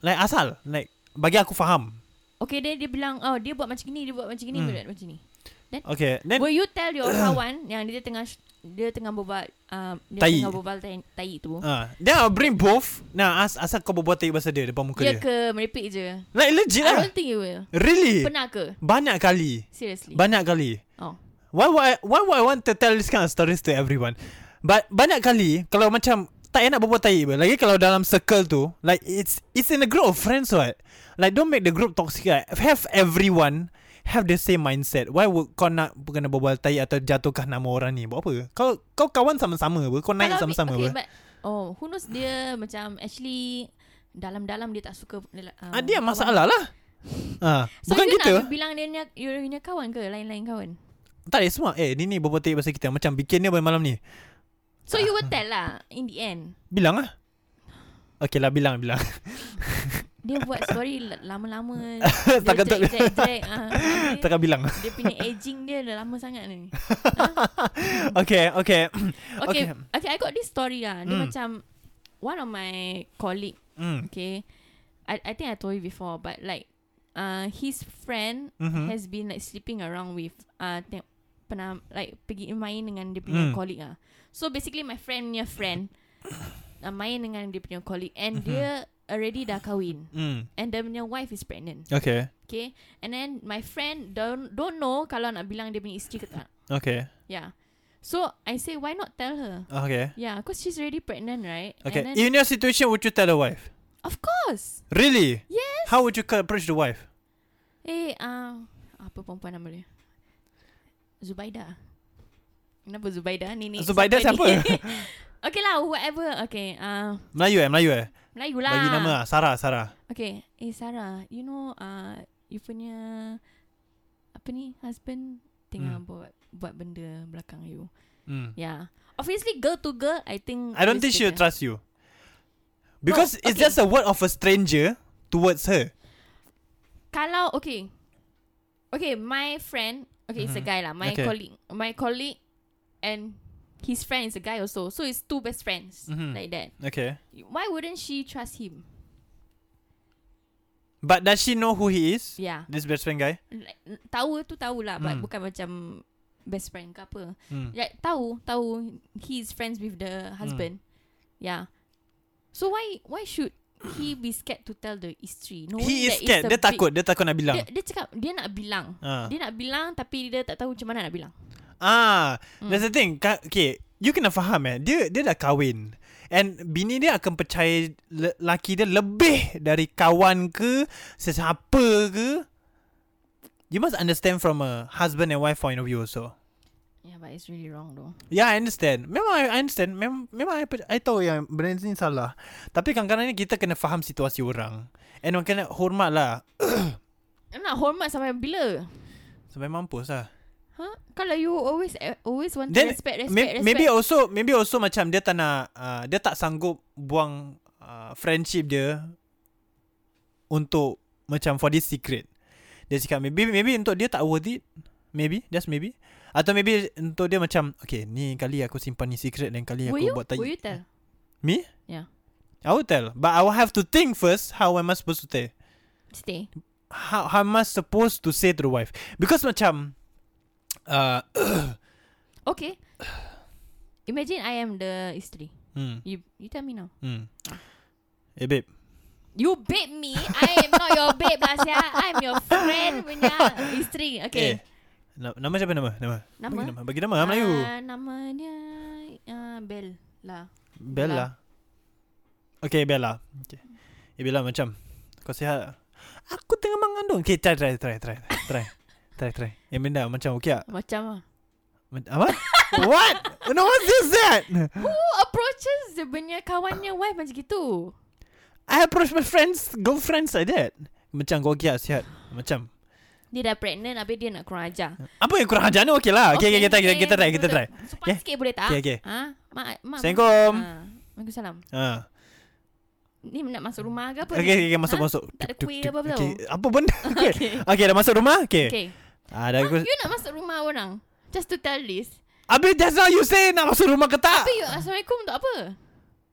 Speaker 3: Like asal Like Bagi aku faham
Speaker 5: Okay, dia dia bilang oh dia buat macam ni, dia buat macam ni,
Speaker 3: Hmm.
Speaker 5: dia buat macam ni.
Speaker 3: Okay Then
Speaker 5: Will you tell your kawan yang dia tengah sh- dia tengah berbual um, dia
Speaker 3: Tai.
Speaker 5: tengah berbual tai, tai tu?
Speaker 3: uh, Then I'll bring both Nah as, asal kau berbual tahi pasal dia Depan muka
Speaker 5: Ya
Speaker 3: dia
Speaker 5: ke merepek je?
Speaker 3: Like legit
Speaker 5: I
Speaker 3: lah
Speaker 5: don't think you will.
Speaker 3: Really
Speaker 5: Pernah ke?
Speaker 3: Banyak kali
Speaker 5: Seriously.
Speaker 3: Banyak kali
Speaker 5: oh.
Speaker 3: Why would I, why would I want to tell this kind of stories to everyone? But banyak kali kalau macam tak enak berbual tahi pun. Lagi kalau dalam circle tu, like it's it's in a group of friends what. Like don't make the group toxic. Right? Have everyone have the same mindset. Why would kau nak kena berbual tahi atau jatuhkan nama orang ni? Buat apa? Kau kau kawan sama-sama apa? Kau naik
Speaker 5: Kalau-
Speaker 3: sama-sama
Speaker 5: okay,
Speaker 3: apa?
Speaker 5: but, Oh, who knows dia macam actually dalam-dalam dia tak suka uh,
Speaker 3: Ah, dia masalah lah. ah,
Speaker 5: So
Speaker 3: bukan
Speaker 5: you
Speaker 3: kita.
Speaker 5: nak bilang dia ni you punya kawan ke lain-lain kawan?
Speaker 3: Tak ada semua. Eh, ni ni berbual tahi pasal kita. Macam bikin dia malam ni.
Speaker 5: So you will tell lah in the end.
Speaker 3: Bilang lah. Okay lah, bilang, bilang.
Speaker 5: Dia buat story l- lama-lama.
Speaker 3: Tak
Speaker 5: dia
Speaker 3: kata-
Speaker 5: drag, drag, drag. Ah, dia,
Speaker 3: Takkan bilang.
Speaker 5: dia punya aging dia dah lama sangat ni.
Speaker 3: Okay, okay.
Speaker 5: Okay, okay, okay I got this story lah. Dia
Speaker 3: Mm.
Speaker 5: macam one of my colleague
Speaker 3: Mm.
Speaker 5: Okay. I I think I told you before, but like uh his friend
Speaker 3: Mhm.
Speaker 5: has been like sleeping around with uh tengok, pernah like pergi main dengan dia punya
Speaker 3: Mm.
Speaker 5: colleague ah. So basically my friend punya friend uh, main dengan dia punya colleague and dia already dah kahwin
Speaker 3: Mm.
Speaker 5: and dia punya wife is pregnant.
Speaker 3: Okay.
Speaker 5: Okay. And then my friend don't don't know kalau nak bilang dia punya isteri ke tak.
Speaker 3: Okay.
Speaker 5: Yeah. So I say why not tell her?
Speaker 3: Okay.
Speaker 5: Yeah, cause she's already pregnant, right?
Speaker 3: Okay.
Speaker 5: And then,
Speaker 3: In your situation, would you tell the wife?
Speaker 5: of course.
Speaker 3: Really?
Speaker 5: Yes.
Speaker 3: How would you co- approach the wife?
Speaker 5: Eh, uh, apa perempuan nama dia? Zubaida. Kenapa Zubaida? Ni ni.
Speaker 3: Zubaida
Speaker 5: ni?
Speaker 3: siapa?
Speaker 5: okay lah, whatever. Okay, uh,
Speaker 3: Melayu eh, Melayu eh.
Speaker 5: Melayu lah.
Speaker 3: Bagi nama lah. Sarah, Sarah.
Speaker 5: Okay, eh Sarah, you know, uh, you punya, apa ni, husband tengah
Speaker 3: Hmm.
Speaker 5: buat buat benda belakang you.
Speaker 3: Mm.
Speaker 5: Yeah. Obviously, girl to girl, I think...
Speaker 3: I don't think
Speaker 5: this
Speaker 3: she'll
Speaker 5: bigger.
Speaker 3: trust you. Because it's
Speaker 5: Oh, okay.
Speaker 3: just a word of a stranger towards her.
Speaker 5: Kalau, okay. Okay, my friend, okay, it's a guy lah. My
Speaker 3: Mm-hmm. Okay.
Speaker 5: colleague, my colleague and his friend is a guy also. So, it's two best friends.
Speaker 3: Mhm.
Speaker 5: Like that.
Speaker 3: Okay.
Speaker 5: Why wouldn't she trust him?
Speaker 3: But does she know who he is?
Speaker 5: Yeah.
Speaker 3: This best friend guy?
Speaker 5: Like, n- tahu tu tahulah but
Speaker 3: Hmm.
Speaker 5: bukan macam best friend ke apa.
Speaker 3: Hmm.
Speaker 5: Like tahu, tahu he is friends with the
Speaker 3: Mm.
Speaker 5: husband. Yeah. So why why should he be scared to tell the isteri? No,
Speaker 3: He is scared. Dia takut. Dia takut nak bilang.
Speaker 5: Dia, dia cakap dia nak bilang.
Speaker 3: Ah.
Speaker 5: Dia nak bilang tapi dia tak tahu macam mana nak bilang.
Speaker 3: Ah,
Speaker 5: Hmm.
Speaker 3: that's the thing. Ka- okay, you kena faham eh. Dia dia dah kahwin. And bini dia akan percaya le- laki dia lebih dari kawan ke sesiapa ke. You must understand from a husband and wife point of view also.
Speaker 5: Yeah, but it's really wrong though.
Speaker 3: Yeah, I understand. Memang I, I understand. Mem- memang I, per- I tahu yang benda ni salah. Tapi kadang-kadang ni kita kena faham situasi orang. And kena hormat lah.
Speaker 5: Nak hormat sampai bila?
Speaker 3: Sampai mampus lah.
Speaker 5: Huh? Kalau you always eh, always want
Speaker 3: Then
Speaker 5: to respect respect
Speaker 3: may-
Speaker 5: respect.
Speaker 3: Maybe also Maybe also macam Dia tak nak uh, Dia tak sanggup Buang uh, Friendship dia Untuk Macam for this secret Dia cakap Maybe maybe untuk dia tak worth it Maybe Just maybe Atau maybe Untuk dia macam Okay ni kali aku simpan ni secret Dan kali
Speaker 5: will
Speaker 3: aku
Speaker 5: you,
Speaker 3: buat tahi
Speaker 5: will you tell?
Speaker 3: Me?
Speaker 5: Yeah.
Speaker 3: I will tell But I will have to think first How am I supposed to tell
Speaker 5: Stay.
Speaker 3: how, how am I supposed to say to the wife Because macam uh,
Speaker 5: Okay. Imagine I am the isteri.
Speaker 3: hmm,
Speaker 5: You you tell me now.
Speaker 3: hmm. Eh babe
Speaker 5: You babe me. I am not your babe lah sia. I'm your friend punya isteri.
Speaker 3: Eh,
Speaker 5: Okay.
Speaker 3: na- nama siapa nama? Nama.
Speaker 5: Nama?
Speaker 3: Bagi nama, bagi nama uh, Melayu.
Speaker 5: Ah, nama dia uh, Bell lah.
Speaker 3: Bella. Okay, Bella. Okay. Eh, Bella macam kau sihat. tak? Aku tengah mengandung. Okay, try try try try try. try try. Eh, benda macam okay ah.
Speaker 5: Macam ah.
Speaker 3: Ma- Apa? What? No, what's this that?
Speaker 5: Who approaches dia punya kawannya wife macam gitu?
Speaker 3: I approach my friends, girlfriends like that. Macam kau kia sihat. Macam
Speaker 5: Dia dah pregnant Habis dia nak kurang ajar
Speaker 3: apa yang kurang ajar ni okey lah. Okey okay, kita, kita kita try kita try.
Speaker 5: Sopan
Speaker 3: Yeah.
Speaker 5: sikit boleh tak
Speaker 3: Okay, okay.
Speaker 5: ha? Mak, mak,
Speaker 3: Assalamualaikum.
Speaker 5: ha. Waalaikumsalam
Speaker 3: Ha.
Speaker 5: Ni nak masuk rumah ke apa
Speaker 3: Okey
Speaker 5: ni?
Speaker 3: okey okay, masuk
Speaker 5: Ha?
Speaker 3: masuk.
Speaker 5: Tak ada
Speaker 3: Tuk,
Speaker 5: kuih
Speaker 3: tuk,
Speaker 5: apa-apa
Speaker 3: okey.
Speaker 5: tau.
Speaker 3: Apa benda? Okey.
Speaker 5: Okay.
Speaker 3: Okey dah masuk rumah. Okey.
Speaker 5: Okay.
Speaker 3: Ah dah aku.
Speaker 5: You nak masuk rumah orang Just to tell this
Speaker 3: Abi just now you say nak masuk rumah ke tak?
Speaker 5: Tapi you Assalamualaikum untuk apa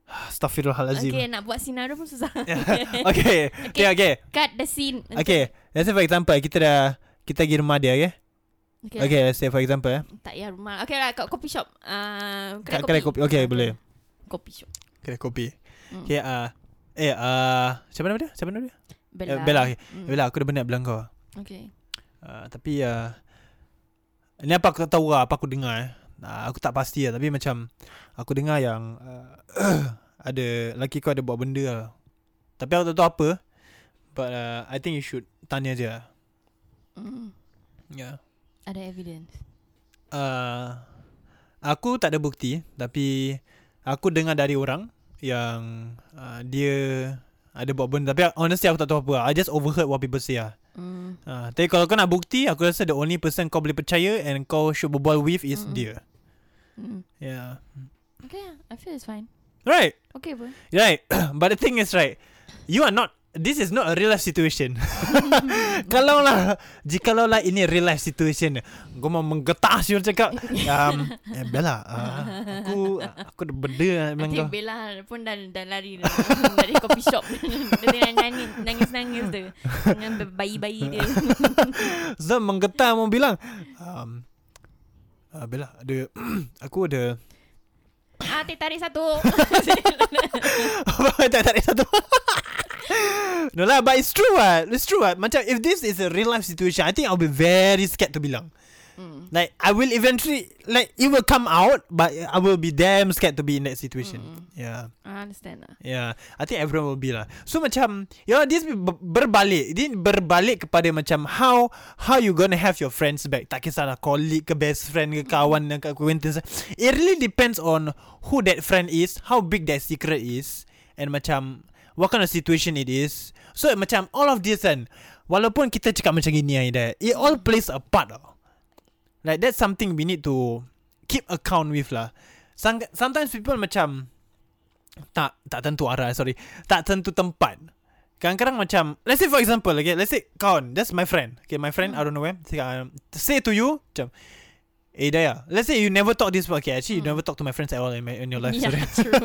Speaker 3: Astaghfirullahalazim.
Speaker 5: Okay nak buat sinar pun susah
Speaker 3: Ya. okay. Okay, okay.
Speaker 5: Cut the scene
Speaker 3: Okay. Let's say for example, kita dah kita pergi rumah dia, okay?
Speaker 5: Okay,
Speaker 3: Okay, let's say for example, eh.
Speaker 5: Tak payah rumah Okay lah kat coffee shop uh,
Speaker 3: Kat kedai kopi. Ah. Okay, boleh.
Speaker 5: Kopi shop
Speaker 3: Kedai kopi.
Speaker 5: Mm.
Speaker 3: Okay, ah. eh, ah, siapa nama dia? Siapa nama dia? Eh,
Speaker 5: Bella
Speaker 3: Bella, okay.
Speaker 5: Mm.
Speaker 3: Bella, aku dah penat bilang kau.
Speaker 5: Okay
Speaker 3: Ah, tapi, ah, ni apa aku tahu lah, apa aku dengar eh. Ah, aku tak pasti lah, tapi macam aku dengar yang ah, ada, laki kau ada buat benda lah. Tapi aku tak tahu apa. But uh, I think you should tanya je lah.
Speaker 5: mm.
Speaker 3: Yeah.
Speaker 5: Ada evidence
Speaker 3: uh, aku tak ada bukti tapi aku dengar dari orang yang uh, dia ada buat benda tapi honestly aku tak tahu apa lah. I just overheard what people say lah.
Speaker 5: mm.
Speaker 3: Uh, tapi kalau kau nak bukti aku rasa the only person kau boleh percaya and kau should berbual with is
Speaker 5: Mm-mm.
Speaker 3: dia. Ya.
Speaker 5: Mm.
Speaker 3: Yeah.
Speaker 5: Okay lah I feel it's fine
Speaker 3: Right.
Speaker 5: Okay pun
Speaker 3: Right. But the thing is right. You are not This is not a real life situation Kalau lah Jikalau lah ini real life situation Gue mau menggetah Syul cakap um, eh, Bella uh, Aku Aku ada benda nak
Speaker 5: I
Speaker 3: bilang
Speaker 5: think
Speaker 3: kau
Speaker 5: Bella pun dah, dah lari dah Dari coffee shop Dia tengah nangis- nangis-nangis tu Dengan bayi-bayi dia
Speaker 3: Zam menggetah mau bilang um, uh, Bella ada Aku ada
Speaker 5: Ah, teh tarik satu
Speaker 3: Tak tak ada satu No lah but it's true what It's true what Macam if this is a real life situation I think I'll be very scared to bilang
Speaker 5: mm.
Speaker 3: Like I will eventually like it will come out, but I will be damn scared to be in that situation.
Speaker 5: Mm.
Speaker 3: Yeah,
Speaker 5: I understand lah
Speaker 3: yeah. Ya, I think everyone will be lah. So macam you know this ber- berbalik, this berbalik kepada macam how how you gonna have your friends back. Tak kisahlah colleague ke best friend ke kawan ke acquaintance. It really depends on who that friend is, how big that secret is, and macam what kind of situation it is. So macam all of this kan, walaupun kita cakap macam gini ay, that it all plays a part. Tau. Like that's something we need to keep account with lah. Some, sometimes people macam tak tak tentu arah, eh, sorry. Tak tentu tempat. Kadang-kadang macam Let's say for example okay, Let's say kawan That's my friend Okay my friend I don't know where say, um, say to you Macam Eh Daya Let's say you never talk this Okay actually you
Speaker 5: Hmm.
Speaker 3: never talk to my friends at all In, my, in your life
Speaker 5: Yeah
Speaker 3: sorry.
Speaker 5: true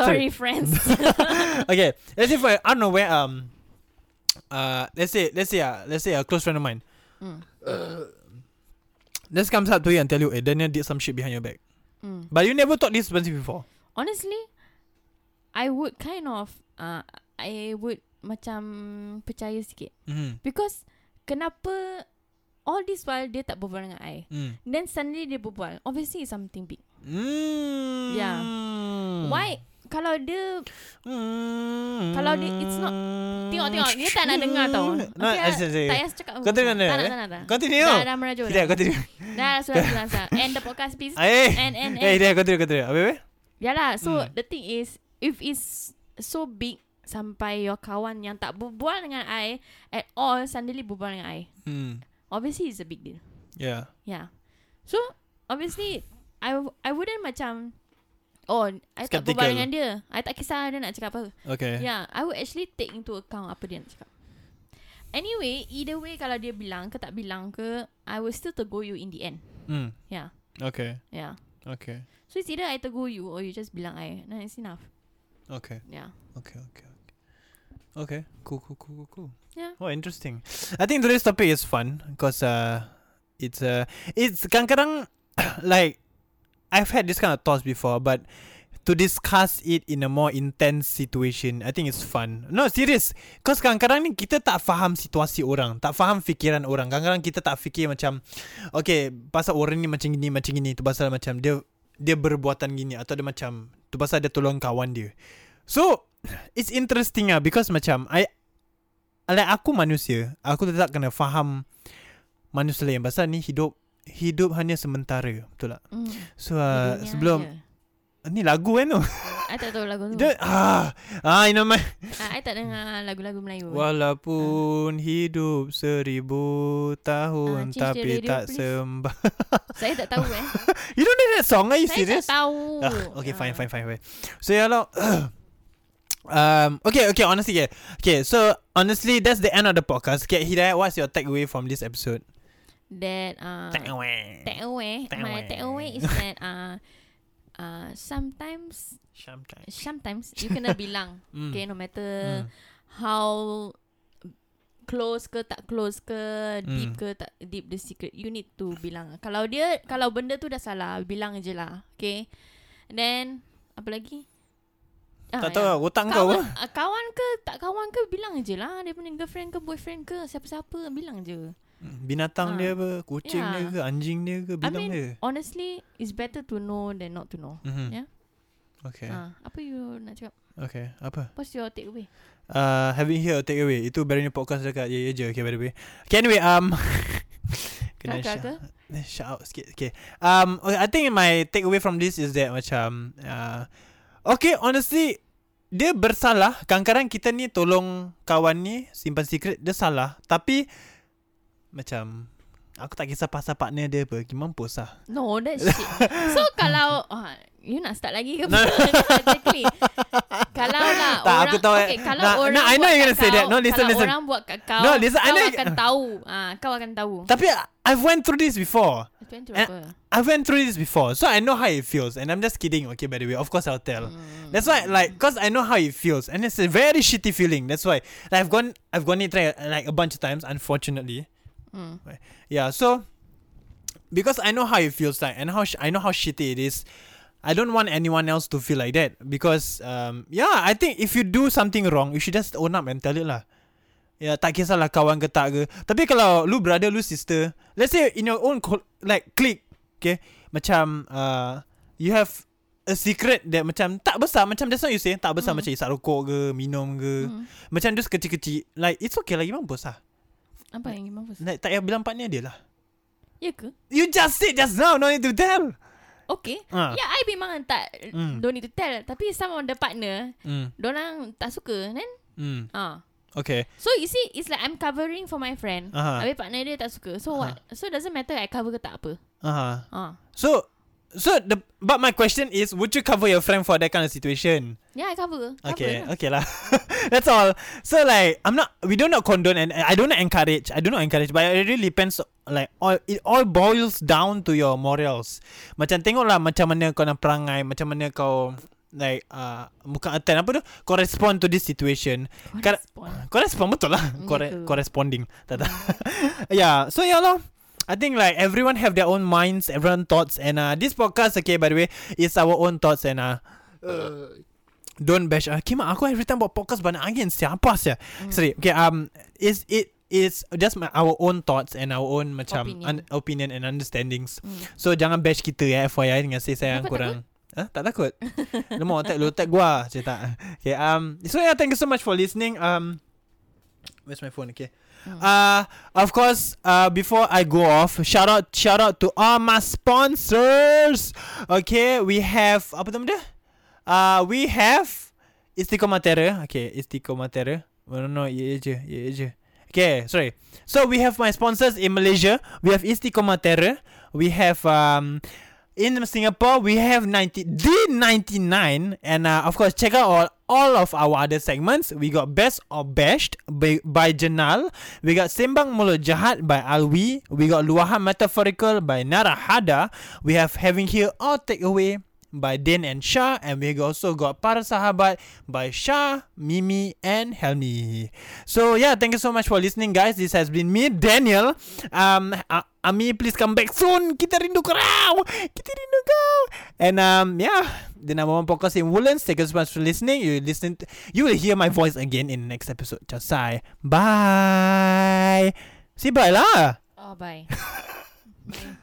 Speaker 5: Sorry friends
Speaker 3: okay, let's say for I don't know where um uh let's say let's say uh, let's say a close friend of mine.
Speaker 5: Mm.
Speaker 3: Uh, just comes up to you and tell you, hey, Daniel did some shit behind your back.
Speaker 5: mm.
Speaker 3: But you never thought this person before.
Speaker 5: honestly, I would kind of uh, I would macam percaya sikit
Speaker 3: Mm.
Speaker 5: because kenapa all this while dia tak berbual dengan I
Speaker 3: Mm.
Speaker 5: then suddenly dia berbual obviously it's something big
Speaker 3: Mm.
Speaker 5: Yeah.
Speaker 3: Mm-hmm. Hmm.
Speaker 5: why kalau dia
Speaker 3: Mm.
Speaker 5: Kalau dia- it's not- tengok-tengok dia tak nak dengar tau
Speaker 3: No,
Speaker 5: okay,
Speaker 3: I
Speaker 5: lah.
Speaker 3: see, I see.
Speaker 5: tak payah cakap
Speaker 3: Continue,
Speaker 5: tak nak
Speaker 3: continue,
Speaker 5: tak nak tak nak.
Speaker 3: eh? Continue.
Speaker 5: dah dah merajuk
Speaker 3: Tidak,
Speaker 5: dah
Speaker 3: continue.
Speaker 5: dah sudah sudah sudah end the podcast please
Speaker 3: Eh.
Speaker 5: and and
Speaker 3: Eh,
Speaker 5: and
Speaker 3: tidak, continue, continue. Apa, apa?
Speaker 5: ya lah so
Speaker 3: Mm.
Speaker 5: the thing is if it's so big sampai your kawan yang tak berbual dengan I at all suddenly berbual dengan I
Speaker 3: Mm.
Speaker 5: obviously it's a big deal.
Speaker 3: Yeah.
Speaker 5: Yeah. So obviously I I wouldn't macam oh I tak
Speaker 3: Skeptical.
Speaker 5: berbual dengan dia. I tak kisah dia nak cakap apa.
Speaker 3: Okay.
Speaker 5: Yeah, I would actually take into account apa dia nak cakap. Anyway, either way kalau dia bilang ke tak bilang ke, I will still tegur you in the end.
Speaker 3: Mm.
Speaker 5: Yeah.
Speaker 3: Okay.
Speaker 5: Yeah.
Speaker 3: Okay.
Speaker 5: So it's either I tegur you or you just bilang I. Nah, it's enough.
Speaker 3: Okay.
Speaker 5: Yeah.
Speaker 3: Okay, okay, okay. Okay, cool, cool, cool, cool, cool.
Speaker 5: Yeah.
Speaker 3: Oh, interesting. I think today's topic is fun because uh, it's uh, it's kadang-kadang like I've had this kind of thoughts before, but to discuss it in a more intense situation, I think it's fun. No, serious. Because kadang-kadang ni kita tak faham situasi orang, tak faham fikiran orang. Kadang-kadang kita tak fikir macam, okay, pasal orang ni macam gini, macam gini. Tu pasal macam dia dia berbuatan gini atau dia macam tu pasal dia tolong kawan dia. So It's interesting ah Because macam I Like aku manusia Aku tetap kena faham Manusia lain Pasal ni hidup Hidup hanya sementara Betul tak
Speaker 5: Mm.
Speaker 3: So uh,
Speaker 5: Dunia
Speaker 3: sebelum
Speaker 5: je.
Speaker 3: Ni lagu kan tu
Speaker 5: I tak tahu lagu tu.
Speaker 3: Dia ah, ah you know my
Speaker 5: Ah, I tak dengar lagu-lagu Melayu.
Speaker 3: Walaupun hidup seribu tahun
Speaker 5: Ah, change the
Speaker 3: tapi
Speaker 5: radio,
Speaker 3: tak
Speaker 5: please.
Speaker 3: sembah.
Speaker 5: Saya tak tahu eh.
Speaker 3: you don't know that song? Are you
Speaker 5: Saya
Speaker 3: serious?
Speaker 5: tak tahu.
Speaker 3: Ah, okay, fine,
Speaker 5: Ah.
Speaker 3: fine, fine, fine. So yeah, lah. um, okay, okay. Honestly, yeah. Okay, so honestly, that's the end of the podcast. Okay, Hidayat, what's your takeaway from this episode?
Speaker 5: That uh,
Speaker 3: Takeaway.
Speaker 5: takeaway. My
Speaker 3: Takeaway.
Speaker 5: takeaway is that uh, uh, sometimes
Speaker 3: Sometimes.
Speaker 5: sometimes you kena bilang
Speaker 3: Mm.
Speaker 5: okay no matter how close ke tak close ke
Speaker 3: Mm.
Speaker 5: deep ke tak deep the secret you need to bilang kalau dia kalau benda tu dah salah bilang je lah okay then apa lagi Ah,
Speaker 3: Tak tahu lah, otak kau
Speaker 5: kawan,
Speaker 3: ke?
Speaker 5: ah, kawan ke tak kawan ke bilang je lah dia punya girlfriend ke boyfriend ke siapa-siapa bilang je
Speaker 3: Hmm, Binatang
Speaker 5: Ah.
Speaker 3: dia apa? Kucing
Speaker 5: Yeah.
Speaker 3: dia ke? Anjing dia ke?
Speaker 5: I
Speaker 3: Bilang
Speaker 5: mean
Speaker 3: dia?
Speaker 5: honestly it's better to know than not to know
Speaker 3: Mhm.
Speaker 5: yeah.
Speaker 3: Okay.
Speaker 5: ah, apa you nak cakap
Speaker 3: Okay. Apa?
Speaker 5: what's your takeaway
Speaker 3: Uh, having here a takeaway. Itu baru ni podcast dekat ye ye je. Okay, by the way. Okay, anyway, um kena
Speaker 5: kakak
Speaker 3: shout,
Speaker 5: ke
Speaker 3: shout out sikit. Okay. Um okay, I think my takeaway from this is that macam uh, okay, honestly dia bersalah. Kadang-kadang kita ni tolong kawan ni simpan secret, dia salah. Tapi macam aku tak kisah pasal partner dia apa. Gimana mampus lah.
Speaker 5: No, that's shit. So kalau ah, you nak start lagi ke?
Speaker 3: No.
Speaker 5: No. exactly. kalau lah
Speaker 3: Tak,
Speaker 5: orang
Speaker 3: aku tahu,
Speaker 5: okay, kalau
Speaker 3: nah,
Speaker 5: orang
Speaker 3: nah, I know
Speaker 5: buat
Speaker 3: you're
Speaker 5: kat
Speaker 3: gonna say
Speaker 5: kau,
Speaker 3: that. No, listen,
Speaker 5: kalau
Speaker 3: listen.
Speaker 5: orang buat kat kau,
Speaker 3: No, listen, I
Speaker 5: kau
Speaker 3: know you-
Speaker 5: akan tahu. Ah, kau akan tahu.
Speaker 3: Tapi I- I've went through this before.
Speaker 5: Macam tu
Speaker 3: Eh,
Speaker 5: apa?
Speaker 3: I went through this before, so I know how it feels. And I'm just kidding, okay, by the way. Of course, I'll tell. That's why, like, cause I know how it feels, and it's a very shitty feeling. That's why, like, I've gone, I've gone it right, like a bunch of times, unfortunately.
Speaker 5: Mm.
Speaker 3: Right. Yeah. So, because I know how it feels like, and how sh- I know how shitty it is, I don't want anyone else to feel like that. Because, um, yeah, I think if you do something wrong, you should just own up and tell it lah. Ya tak kisahlah kawan ke tak ke Tapi kalau lu brother lu sister Let's say in your own co- Like clique Okay Macam uh, You have A secret that macam Tak besar Macam that's what you say Tak besar mm. macam isap rokok ke Minum ke mm.
Speaker 5: Hmm.
Speaker 3: Macam just kecil-kecil Like it's okay lah Gimana bos lah
Speaker 5: Apa yang gimana? Fus?
Speaker 3: like, Tak payah bilang partner dia lah
Speaker 5: Ya ke?
Speaker 3: You just said just now No need to tell
Speaker 5: Okay.
Speaker 3: Ah.
Speaker 5: Ya, I memang tak
Speaker 3: Mm.
Speaker 5: don't need to tell. Tapi some of the partner,
Speaker 3: mm.
Speaker 5: orang tak suka kan?
Speaker 3: Mm.
Speaker 5: Ah.
Speaker 3: Okay
Speaker 5: So you see It's like I'm covering for my friend
Speaker 3: Aha.
Speaker 5: uh-huh. Habis partner dia tak suka So uh-huh. what So doesn't matter I cover ke tak apa
Speaker 3: uh-huh.
Speaker 5: ah.
Speaker 3: So So the But my question is Would you cover your friend For that kind of situation
Speaker 5: Yeah Ya, I cover Cover
Speaker 3: Okay,
Speaker 5: lah.
Speaker 3: okay lah. That's all. So like, I'm not. We do not condone, and I do not encourage. I do not encourage, but it really depends. Like all, it all boils down to your morals. Macam tengok lah macam mana kau nak perangai, macam mana kau like uh, bukan attend apa tu? Kau respond to this situation. Kar-
Speaker 5: Correspond.
Speaker 3: Kau respond betul lah.
Speaker 5: Mm,
Speaker 3: Kore-
Speaker 5: betul.
Speaker 3: corresponding. Tak tak. yeah. So yeah lah. I think like everyone have their own minds, everyone thoughts, and uh, this podcast, okay, by the way, is our own thoughts and uh, uh don't bash. Uh, Kima, aku every time buat podcast banyak angin siapa sih?
Speaker 5: Hmm.
Speaker 3: Sorry. Okay. Um, is it is just my, our own thoughts and our own macam
Speaker 5: Opinion.
Speaker 3: Un- opinion and understandings. So jangan bash kita ya, FYI dengan saya sayang
Speaker 5: Kenapa
Speaker 3: kurang. Huh? Tak takut. Lu mau tag lu tag gua cerita. Okay. Um. So yeah, thank you so much for listening. Um. Where's my phone? Okay. Uh, of course. Uh, before I go off, shout out, shout out to all my sponsors. Okay, we have apa nama dia? Uh, we have Istiqomatera. Okay, Istiqomatera. No, no, no, ye ye je, ye ye je. Okay, sorry. So we have my sponsors in Malaysia. We have Istiqomatera. We have um in Singapore we have 90 D99 and uh, of course check out all, all of our other segments. We got Best or Bashed by, by Jenal. We got Sembang Mulut Jahat by Alwi. We got Luahan Metaphorical by Narahada. We have Having Here or Takeaway by Din and Shah and we also got Para Sahabat by Shah, Mimi and Helmi. So yeah, thank you so much for listening guys. This has been me Daniel. Um A- Ami please come back soon. Kita rindu kau. Kita rindu kau. And um yeah, the number one podcast in Woodlands. Thank you so much for listening. You listen to, you will hear my voice again in the next episode. Just say bye. See bye lah.
Speaker 5: Oh bye. bye.